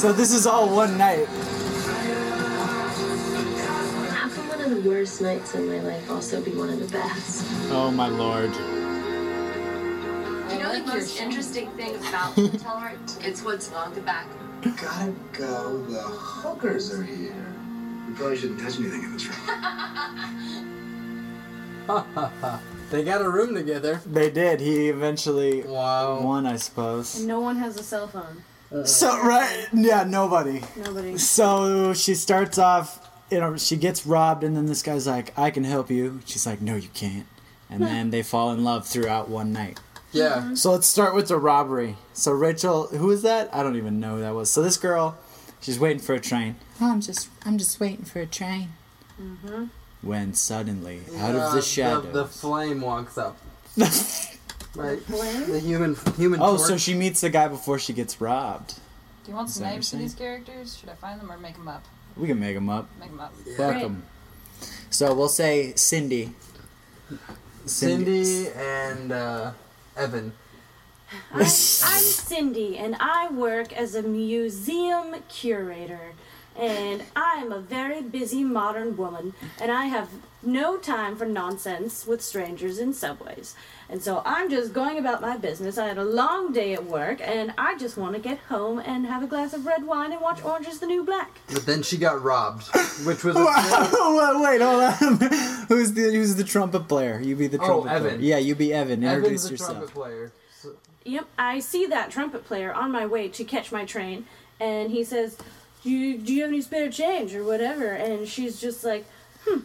[SPEAKER 1] So this is all one night.
[SPEAKER 9] How can one of the worst nights in my life also be one of the best?
[SPEAKER 1] Oh my lord.
[SPEAKER 9] You know the most interesting thing about hotel art? It's what's on the back.
[SPEAKER 8] Gotta go. The hookers are here. We probably shouldn't touch anything in this room.
[SPEAKER 4] they got a room together.
[SPEAKER 1] They did. He eventually
[SPEAKER 4] Wow.
[SPEAKER 1] won, I suppose.
[SPEAKER 5] And no one has a cell phone.
[SPEAKER 1] So right, yeah, nobody.
[SPEAKER 5] Nobody.
[SPEAKER 1] So she starts off, you know, she gets robbed, and then this guy's like, "I can help you." She's like, "No, you can't." And then they fall in love throughout one night.
[SPEAKER 4] Yeah.
[SPEAKER 1] So let's start with the robbery. So Rachel, who is that? I don't even know who that was. So this girl, she's waiting for a train. Oh, I'm just, I'm just waiting for a train. When suddenly, out
[SPEAKER 4] Uh,
[SPEAKER 1] of the shadow.
[SPEAKER 4] The, flame walks up. right. The human human
[SPEAKER 1] oh,
[SPEAKER 4] torch.
[SPEAKER 1] so she meets the guy before she gets robbed.
[SPEAKER 6] Do you want
[SPEAKER 1] Is
[SPEAKER 6] some
[SPEAKER 1] that what
[SPEAKER 6] names for
[SPEAKER 1] you're
[SPEAKER 6] these characters? Should I find them or make them up?
[SPEAKER 1] We can make him up.
[SPEAKER 6] Make them up.
[SPEAKER 1] Fuck 'em. So we'll say Cindy.
[SPEAKER 4] Cindy and uh, Evan.
[SPEAKER 5] I'm, I'm Cindy, and I work as a museum curator. And I'm a very busy modern woman, and I have no time for nonsense with strangers in subways. And so I'm just going about my business. I had a long day at work, and I just want to get home and have a glass of red wine and watch Orange is the New Black.
[SPEAKER 4] But then she got robbed, which was a
[SPEAKER 1] Whoa, Oh, wait, hold on. who's the who's the trumpet player? You be the
[SPEAKER 4] Oh,
[SPEAKER 1] trumpet player.
[SPEAKER 4] Evan.
[SPEAKER 1] Yeah, you be Evan. Introduce
[SPEAKER 4] Evan's a
[SPEAKER 1] yourself.
[SPEAKER 4] trumpet player. So-
[SPEAKER 5] Yep, I see that trumpet player on my way to catch my train, and he says, do you, do you have any spare change or whatever? And she's just like, hmm,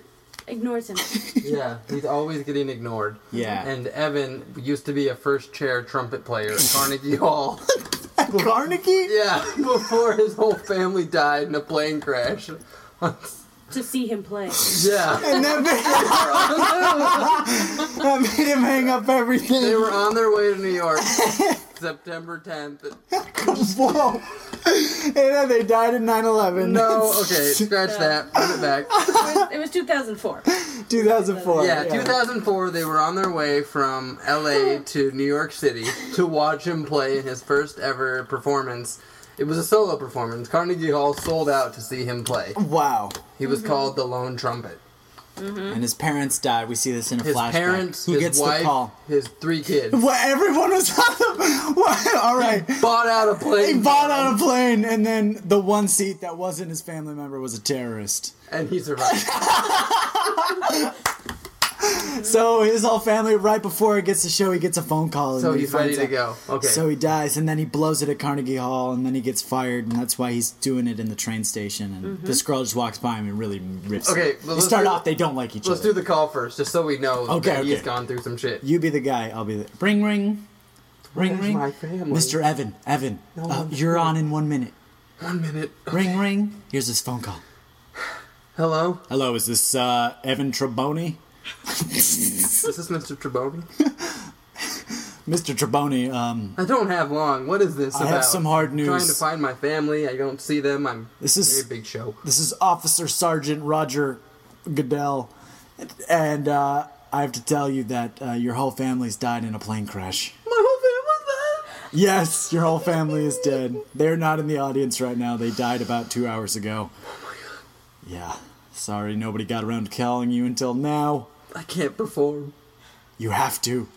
[SPEAKER 5] ignores him.
[SPEAKER 4] Yeah, he's always getting ignored.
[SPEAKER 1] Yeah.
[SPEAKER 4] And Evan used to be a first chair trumpet player at Carnegie Hall.
[SPEAKER 1] Carnegie?
[SPEAKER 4] Yeah, before his whole family died in a plane crash.
[SPEAKER 5] to see him play.
[SPEAKER 4] Yeah.
[SPEAKER 1] And that made, that made him hang up everything.
[SPEAKER 4] They were on their way to New York, September 10th.
[SPEAKER 1] Whoa. And then they died in 9 11.
[SPEAKER 4] No, okay, scratch that. Put it back.
[SPEAKER 5] It was, it was 2004.
[SPEAKER 1] 2004.
[SPEAKER 4] Yeah, 2004, they were on their way from LA to New York City to watch him play in his first ever performance. It was a solo performance. Carnegie Hall sold out to see him play.
[SPEAKER 1] Wow.
[SPEAKER 4] He was
[SPEAKER 1] Mhm.
[SPEAKER 4] called the Lone Trumpet.
[SPEAKER 1] And his parents died. We see this in a
[SPEAKER 4] His
[SPEAKER 1] flashback.
[SPEAKER 4] parents,
[SPEAKER 1] He
[SPEAKER 4] his
[SPEAKER 1] gets
[SPEAKER 4] wife,
[SPEAKER 1] the call.
[SPEAKER 4] his three kids.
[SPEAKER 1] What, everyone was on the. What? All right.
[SPEAKER 4] bought out a plane.
[SPEAKER 1] He bought out a plane, and then the one seat that wasn't his family member was a terrorist.
[SPEAKER 4] And he survived.
[SPEAKER 1] So his whole family, right before he gets the show, he gets a phone call. And
[SPEAKER 4] So
[SPEAKER 1] then he
[SPEAKER 4] he's ready
[SPEAKER 1] finds
[SPEAKER 4] to
[SPEAKER 1] out.
[SPEAKER 4] go. Okay.
[SPEAKER 1] So he dies, and then he blows it at Carnegie Hall, and then he gets fired, and that's why he's doing it in the train station. And
[SPEAKER 4] Mhm.
[SPEAKER 1] this girl just walks by him and really rips.
[SPEAKER 4] Okay,
[SPEAKER 1] it.
[SPEAKER 4] well,
[SPEAKER 1] they
[SPEAKER 4] let's
[SPEAKER 1] start
[SPEAKER 4] do-
[SPEAKER 1] off they don't like each
[SPEAKER 4] Let's
[SPEAKER 1] other.
[SPEAKER 4] do the call first, just so we know
[SPEAKER 1] Okay,
[SPEAKER 4] that he's
[SPEAKER 1] okay.
[SPEAKER 4] gone through some shit.
[SPEAKER 1] you be the guy, I'll be the ring, ring, ring,
[SPEAKER 4] Where's
[SPEAKER 1] ring.
[SPEAKER 4] my family?
[SPEAKER 1] Mr. Evan, Evan,
[SPEAKER 4] No
[SPEAKER 1] uh,
[SPEAKER 4] one's
[SPEAKER 1] you're on in one minute.
[SPEAKER 4] One minute.
[SPEAKER 1] Ring, ring. Here's his phone call.
[SPEAKER 4] Hello.
[SPEAKER 1] Hello, is this uh, Evan Treboni?
[SPEAKER 4] Is this Mr. Treboni?
[SPEAKER 1] Mr. Treboni, um,
[SPEAKER 4] I don't have long. What is this
[SPEAKER 1] I
[SPEAKER 4] about?
[SPEAKER 1] have some hard
[SPEAKER 4] I'm Trying to
[SPEAKER 1] news.
[SPEAKER 4] find my family. I don't see them. I'm.
[SPEAKER 1] This is-
[SPEAKER 4] very big show.
[SPEAKER 1] This is Officer Sergeant Roger Goodell, and uh, I have to tell you that uh, your whole family's died in a plane crash.
[SPEAKER 4] My whole family
[SPEAKER 1] Yes, your whole family is dead. They're not in the audience right now. They died about two hours ago.
[SPEAKER 4] Oh
[SPEAKER 1] Yeah, sorry, nobody got around to calling you until now.
[SPEAKER 4] I can't perform.
[SPEAKER 1] You have to.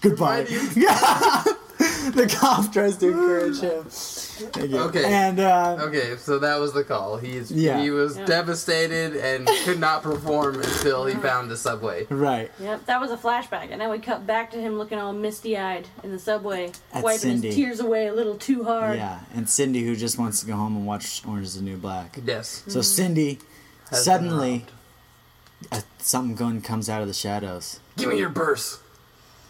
[SPEAKER 1] Goodbye. the cop tries to encourage him. Thank you.
[SPEAKER 4] Okay.
[SPEAKER 1] And uh,
[SPEAKER 4] Okay, so that was the call. He's
[SPEAKER 1] Yeah.
[SPEAKER 4] he was
[SPEAKER 5] Yeah.
[SPEAKER 4] devastated and could not perform until he found the subway.
[SPEAKER 1] right.
[SPEAKER 5] Yep, that was a flashback, and then we cut back to him looking all misty-eyed in the subway,
[SPEAKER 1] At
[SPEAKER 5] wiping
[SPEAKER 1] Cindy.
[SPEAKER 5] his tears away a little too hard.
[SPEAKER 1] Yeah, and Cindy, who just wants to go home and watch Orange is the New Black.
[SPEAKER 4] Yes.
[SPEAKER 1] So
[SPEAKER 4] Mhm.
[SPEAKER 1] Cindy,
[SPEAKER 4] Has been
[SPEAKER 1] suddenly, uh, something gun comes out of the shadows,
[SPEAKER 4] Give me your purse.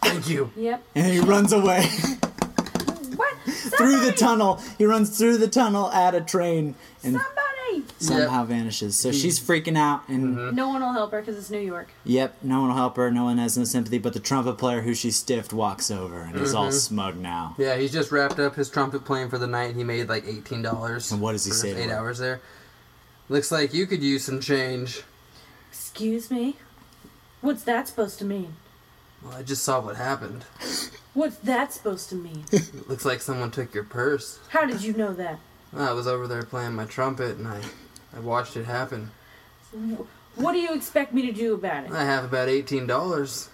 [SPEAKER 4] Thank you.
[SPEAKER 5] Yep.
[SPEAKER 1] and he runs away
[SPEAKER 5] What?
[SPEAKER 1] through the tunnel. He runs through the tunnel at a train, and
[SPEAKER 5] Somebody!
[SPEAKER 1] somehow vanishes.
[SPEAKER 4] Mm-hmm.
[SPEAKER 1] So she's freaking out, and
[SPEAKER 5] No one will help her because it's New York.
[SPEAKER 1] yep, no one will help her. No one has no sympathy. But the trumpet player who she stiffed walks over and is all
[SPEAKER 4] Mhm.
[SPEAKER 1] smug now.
[SPEAKER 4] Yeah, he's just wrapped up his trumpet playing for the night. He made like eighteen dollars. And
[SPEAKER 1] what does he say to
[SPEAKER 4] Eight
[SPEAKER 1] her?
[SPEAKER 4] hours there. Looks like you could use some change.
[SPEAKER 5] Excuse me? What's that supposed to mean?
[SPEAKER 4] Well, I just saw what happened.
[SPEAKER 5] What's that supposed to mean?
[SPEAKER 4] It looks like someone took your purse.
[SPEAKER 5] How did you know that?
[SPEAKER 4] I was over there playing my trumpet and I, I watched it happen.
[SPEAKER 5] Wh- What do you expect me to do about it?
[SPEAKER 4] I have about eighteen dollars.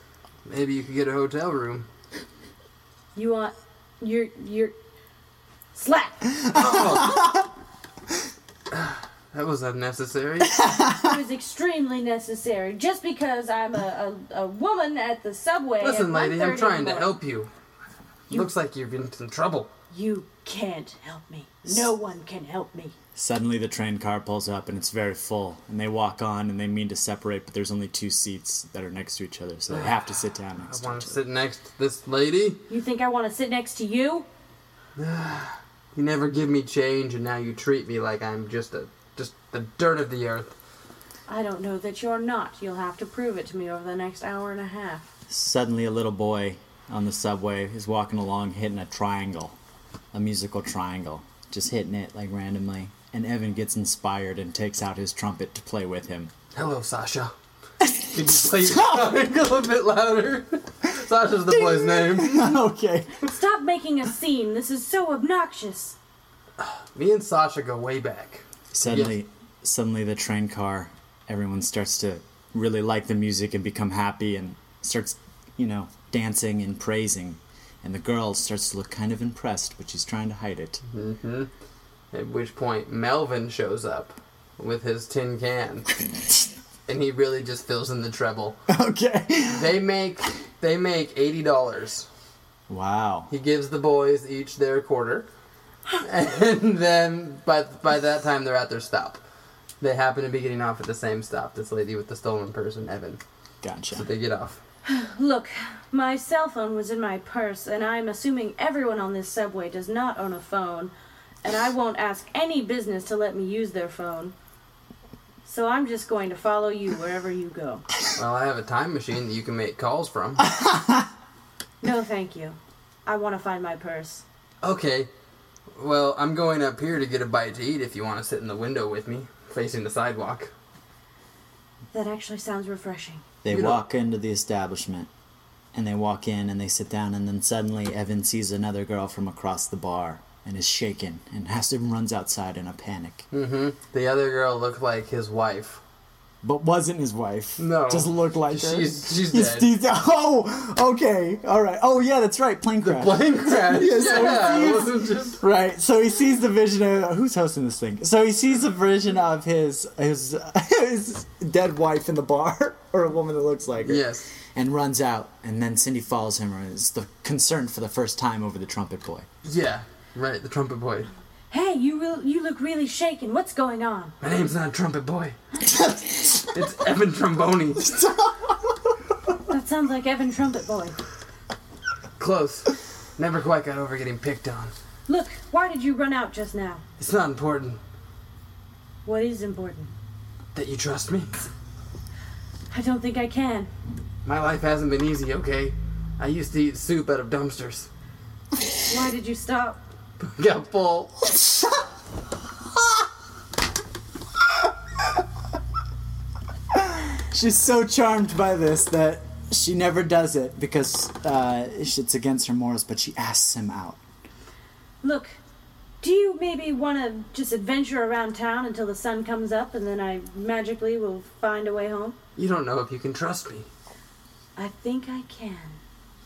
[SPEAKER 4] Maybe you could get a hotel room.
[SPEAKER 5] You want. You're. You're. Slap!
[SPEAKER 4] That was unnecessary.
[SPEAKER 5] it was extremely necessary. Just because I'm a, a, a woman at the subway.
[SPEAKER 4] Listen,
[SPEAKER 5] at
[SPEAKER 4] lady, I'm
[SPEAKER 5] 1:30
[SPEAKER 4] trying to
[SPEAKER 5] in the
[SPEAKER 4] help you. Looks like you've been in some trouble.
[SPEAKER 5] morning. You can't help me. No one can help me.
[SPEAKER 1] Suddenly, the train car pulls up and it's very full. And they walk on and they mean to separate, but there's only two seats that are next to each other, so they have to sit down
[SPEAKER 4] I
[SPEAKER 1] next to
[SPEAKER 4] want to sit next to this lady.
[SPEAKER 5] You think I want to sit next to you?
[SPEAKER 4] You never give me change, and now you treat me like I'm just a just the dirt of the earth.
[SPEAKER 5] I don't know that you're not. You'll have to prove it to me over the next hour and a half.
[SPEAKER 1] Suddenly, a little boy on the subway is walking along hitting a triangle, a musical triangle, just hitting it like randomly. And Evan gets inspired and takes out his trumpet to play with him.
[SPEAKER 4] Hello, Sasha. Can you play your song a little bit louder? Sasha's the boy's name.
[SPEAKER 1] okay.
[SPEAKER 5] Stop making a scene. This is so obnoxious.
[SPEAKER 4] Me and Sasha go way back.
[SPEAKER 1] Suddenly, suddenly the train car, everyone starts to really like the music and become happy and starts, you know, dancing and praising. And the girl starts to look kind of impressed, but she's trying to hide it.
[SPEAKER 4] hmm At which point, Melvin shows up with his tin can, and he really just fills in the treble.
[SPEAKER 1] Okay.
[SPEAKER 4] They make they make eighty dollars.
[SPEAKER 1] Wow.
[SPEAKER 4] He gives the boys each their quarter, and then by by that time they're at their stop. They happen to be getting off at the same stop. This lady with the stolen person, Evan.
[SPEAKER 1] Gotcha.
[SPEAKER 4] So they get off.
[SPEAKER 5] Look, my cell phone was in my purse, and I'm assuming everyone on this subway does not own a phone, and I won't ask any business to let me use their phone. So I'm just going to follow you wherever you go.
[SPEAKER 4] Well, I have a time machine that you can make calls from.
[SPEAKER 5] No, thank you. I want to find my purse.
[SPEAKER 4] Okay. Well, I'm going up here to get a bite to eat if you want to sit in the window with me, facing the sidewalk.
[SPEAKER 5] That actually sounds refreshing.
[SPEAKER 1] They
[SPEAKER 4] You know-
[SPEAKER 1] walk into the establishment and they walk in and they sit down and then suddenly Evan sees another girl from across the bar and is shaken and has to runs outside in a panic.
[SPEAKER 4] hmm The other girl looked like his wife.
[SPEAKER 1] But wasn't his wife.
[SPEAKER 4] No.
[SPEAKER 1] Just looked like her.
[SPEAKER 4] She's- she's
[SPEAKER 1] He's-
[SPEAKER 4] dead.
[SPEAKER 1] he's- oh, okay. All right. Oh, yeah, that's right. Plane crash.
[SPEAKER 4] plane crash.
[SPEAKER 1] Yeah, so he
[SPEAKER 4] Yeah, it
[SPEAKER 1] sees-
[SPEAKER 4] wasn't just-
[SPEAKER 1] Right. So he sees the vision of who's hosting this thing. So he sees the vision of his his his dead wife in the bar or a woman that looks like her.
[SPEAKER 4] Yes.
[SPEAKER 1] And runs out, and then Cindy follows him. and Is the concern for the first time over the trumpet boy.
[SPEAKER 4] Yeah, right, the trumpet boy.
[SPEAKER 5] Hey, you real you look really shaken. What's going on?
[SPEAKER 4] My name's not Trumpet Boy. it's Evan Tromboni.
[SPEAKER 5] That sounds like Evan Trumpet Boy.
[SPEAKER 4] Close. Never quite got over getting picked on.
[SPEAKER 5] Look, why did you run out just now?
[SPEAKER 4] It's not important
[SPEAKER 5] What is important?
[SPEAKER 4] that you trust me.
[SPEAKER 5] I don't think I can.
[SPEAKER 4] My life hasn't been easy, okay? I used to eat soup out of dumpsters.
[SPEAKER 5] Why did you stop?
[SPEAKER 4] Got full.
[SPEAKER 1] She's so charmed by this that she never does it because uh, it's against her morals. But she asks him out.
[SPEAKER 5] Look, do you maybe want to just adventure around town until the sun comes up and then I magically will find a way home?
[SPEAKER 4] You don't know if you can trust me.
[SPEAKER 5] I think I can.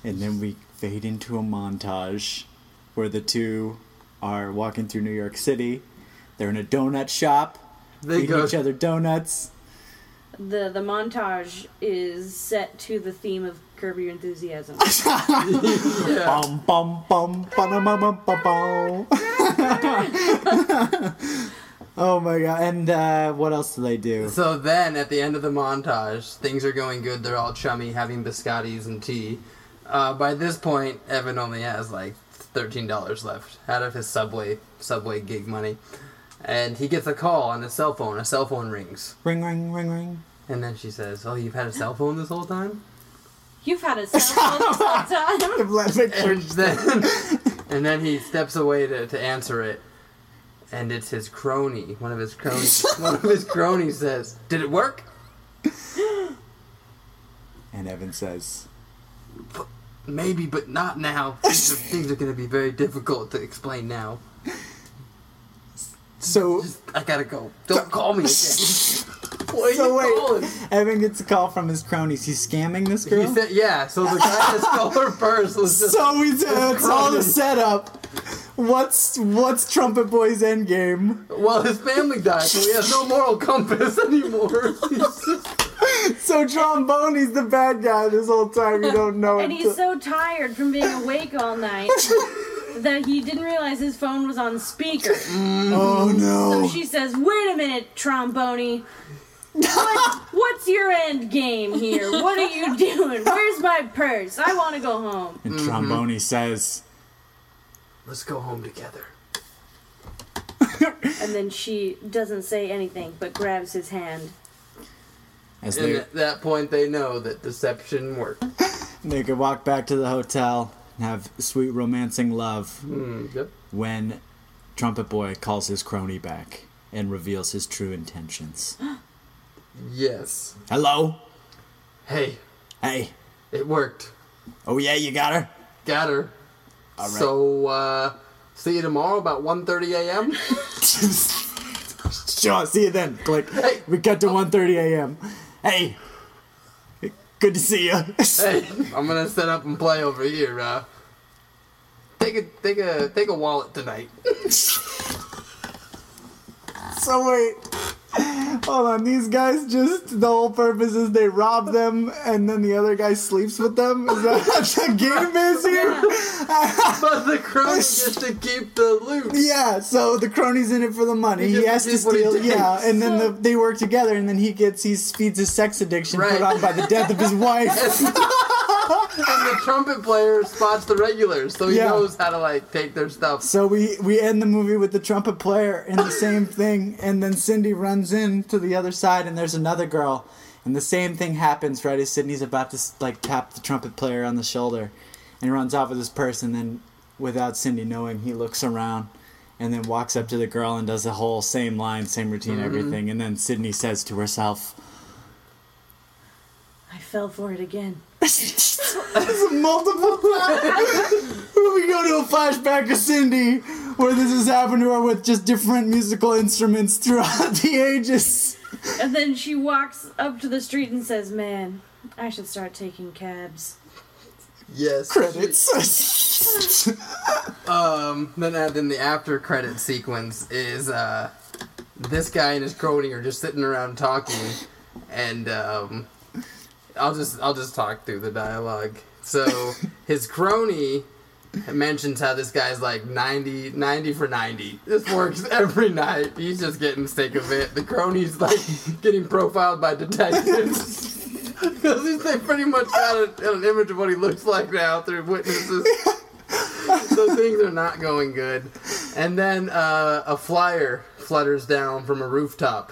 [SPEAKER 1] And then we fade into a montage where the two are walking through New York City. They're in a donut shop.
[SPEAKER 4] They
[SPEAKER 1] feeding
[SPEAKER 4] go-
[SPEAKER 1] each other donuts.
[SPEAKER 5] The the montage is set to the theme of Curb Your Enthusiasm.
[SPEAKER 1] Bum bum bum bum bum bum bum bum. Oh my god! And uh, what else do they do?
[SPEAKER 4] So then, at the end of the montage, things are going good. They're all chummy, having biscottis and tea. Uh, by this point, Evan only has like thirteen dollars left out of his subway subway gig money, and he gets a call on his cell phone. A cell phone rings,
[SPEAKER 1] Ring ring ring ring.
[SPEAKER 4] and then she says, "Oh, you've had a cell phone this whole time."
[SPEAKER 5] You've had a cell phone this whole time.
[SPEAKER 4] And then, and then he steps away to, to answer it, and it's his crony. One of his cronies. one of his cronies says, "Did it work?"
[SPEAKER 1] And Evan says,
[SPEAKER 4] Maybe, but not now. Things are, things are going to be very difficult to explain now.
[SPEAKER 1] "So
[SPEAKER 4] I gotta go. Don't call me again.
[SPEAKER 1] so wait." Evan gets a call from his cronies. He's scamming this girl.
[SPEAKER 4] He said, yeah, so the guy that stole her purse was just.
[SPEAKER 1] So we
[SPEAKER 4] was
[SPEAKER 1] it's all
[SPEAKER 4] crony.
[SPEAKER 1] the setup. What's what's Trumpet Boy's end game?
[SPEAKER 4] Well, his family died, so he has no moral compass anymore. He's just-
[SPEAKER 1] So Tromboni's the bad guy this whole time. You don't know.
[SPEAKER 5] And he's
[SPEAKER 1] until-
[SPEAKER 5] so tired from being awake all night that he didn't realize his phone was on speaker.
[SPEAKER 1] oh
[SPEAKER 5] So
[SPEAKER 1] no!
[SPEAKER 5] she says, Wait a minute, Tromboni. What, what's your end game here? What are you doing? Where's my purse? I want to go home.
[SPEAKER 1] and Tromboni says,
[SPEAKER 4] Let's go home together.
[SPEAKER 5] And then she doesn't say anything but grabs his hand.
[SPEAKER 1] as
[SPEAKER 4] And
[SPEAKER 1] they
[SPEAKER 4] at that point, they know that deception worked.
[SPEAKER 1] they could walk back to the hotel and have sweet romancing love
[SPEAKER 4] Mm, yep.
[SPEAKER 1] when Trumpet Boy calls his crony back and reveals his true intentions.
[SPEAKER 4] Yes.
[SPEAKER 1] Hello.
[SPEAKER 4] Hey,
[SPEAKER 1] Hey.
[SPEAKER 4] it worked.
[SPEAKER 1] Oh yeah, you got her.
[SPEAKER 4] Got her.
[SPEAKER 1] All right.
[SPEAKER 4] So, uh, see you tomorrow about 1.30 a.m.?
[SPEAKER 1] Sure, see you then. Click.
[SPEAKER 4] Hey.
[SPEAKER 1] We cut to 1.30 a.m. Hey, good to see you.
[SPEAKER 4] hey, I'm gonna set up and play over here. Uh, take a take a take a wallet tonight.
[SPEAKER 1] so wait, Hold on, these guys just the whole purpose is they rob them and then the other guy sleeps with them. Is that what the game is here?
[SPEAKER 4] but the crony just to keep the loot.
[SPEAKER 1] Yeah, so the crony's in it for the money.
[SPEAKER 4] He
[SPEAKER 1] He,
[SPEAKER 4] just
[SPEAKER 1] has to
[SPEAKER 4] gets what he
[SPEAKER 1] steal.
[SPEAKER 4] takes.
[SPEAKER 1] Yeah, and then the, they work together, and then he gets he feeds his sex addiction
[SPEAKER 4] Right.
[SPEAKER 1] put on by the death of his wife.
[SPEAKER 4] and the trumpet player spots the regulars, so he
[SPEAKER 1] Yeah.
[SPEAKER 4] knows how to like take their stuff.
[SPEAKER 1] So we we end the movie with the trumpet player and the same thing, and then Cindy runs in to the other side, and there's another girl, and the same thing happens right as Cindy's about to like tap the trumpet player on the shoulder, and he runs off with his purse, and then without Cindy knowing, he looks around. And then walks up to the girl and does the whole same line, same routine,
[SPEAKER 5] Mhm.
[SPEAKER 1] everything. And then Sydney says to herself,
[SPEAKER 5] I fell for it again.
[SPEAKER 1] It's multiple times. we go to a flashback of Cindy where this has happened to her with just different musical instruments throughout the ages.
[SPEAKER 5] and then she walks up to the street and says, "Man, I should start taking cabs."
[SPEAKER 4] Yes.
[SPEAKER 1] Credits.
[SPEAKER 4] um. Then, uh, then the after credit sequence is uh, this guy and his crony are just sitting around talking, and um, I'll just I'll just talk through the dialogue. So his crony mentions how this guy's like 90, 90 for 90. This works every night. He's just getting sick of it. The crony's like getting profiled by detectives. Because they pretty much got a, an image of what he looks like now through witnesses. so things are not going good. And then uh, a flyer flutters down from a rooftop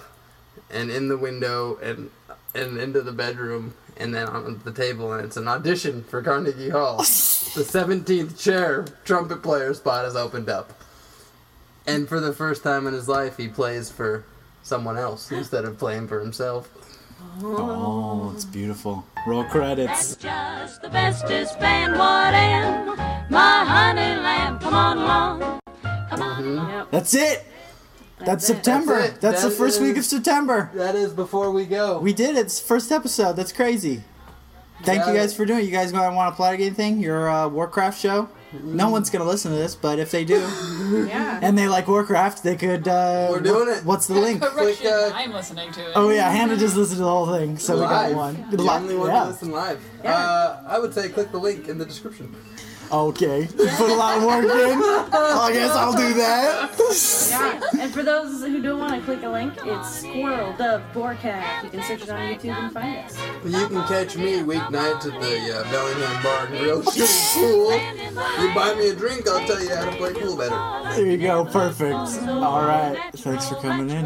[SPEAKER 4] and in the window and and into the bedroom and then on the table and it's an audition for Carnegie Hall. the 17th chair trumpet player spot is opened up. And for the first time in his life he plays for someone else instead of playing for himself.
[SPEAKER 1] Oh, it's beautiful. Roll credits.
[SPEAKER 13] just the bestest band, what am? My honey lamb, come on along.
[SPEAKER 1] That's it. That's,
[SPEAKER 13] That's it.
[SPEAKER 1] September.
[SPEAKER 13] That's
[SPEAKER 1] That's,
[SPEAKER 13] it.
[SPEAKER 1] the
[SPEAKER 13] That
[SPEAKER 1] first week
[SPEAKER 13] is-
[SPEAKER 1] of September.
[SPEAKER 4] That is before we go.
[SPEAKER 1] We did it. It's the first episode. That's crazy. Thank
[SPEAKER 4] Got
[SPEAKER 1] you guys
[SPEAKER 4] it.
[SPEAKER 1] for doing it. You guys going to want to plug anything? Your uh, Warcraft show? No one's going to listen to this, but if they do
[SPEAKER 6] Yeah.
[SPEAKER 1] and they like Warcraft, they could. Uh, We're
[SPEAKER 4] doing it.
[SPEAKER 1] What's the link?
[SPEAKER 6] Correction,
[SPEAKER 4] uh,
[SPEAKER 6] I'm listening to it.
[SPEAKER 1] Oh yeah, Hannah just listened to the whole thing, so we got
[SPEAKER 4] Live.
[SPEAKER 1] one.
[SPEAKER 4] The
[SPEAKER 1] Li-
[SPEAKER 4] only one to
[SPEAKER 1] yeah.
[SPEAKER 4] listen live. Uh, I would say click the link in the description.
[SPEAKER 1] Okay, put a lot of work in. I guess I'll do that.
[SPEAKER 5] Yeah. and for those who don't want to click a link, it's Squirrel Dove Borcat. You can search it on YouTube and find us.
[SPEAKER 4] You can catch me weeknights at the uh, Bellingham Bar and Grill shooting pool. You buy me a drink, I'll tell you how to play pool better.
[SPEAKER 1] there you go, perfect. All right, thanks for coming in.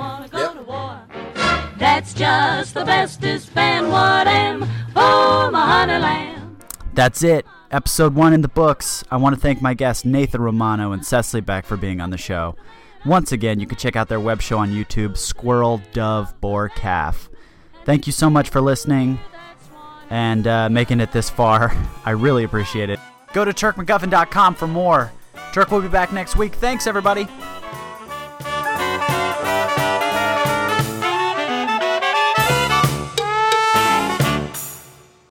[SPEAKER 13] That's just the bestest band, what am? Oh, my honey lamb.
[SPEAKER 3] That's it. Episode one in the books. I want to thank my guests Nathan Romano and Cecily Beck for being on the show. Once again, you can check out their web show on YouTube, Squirrel, Dove, Boar, Calf. Thank you so much for listening and uh, making it this far. I really appreciate it. Go to TurkMcGuffin.com for more. Turk will be back next week. Thanks, everybody.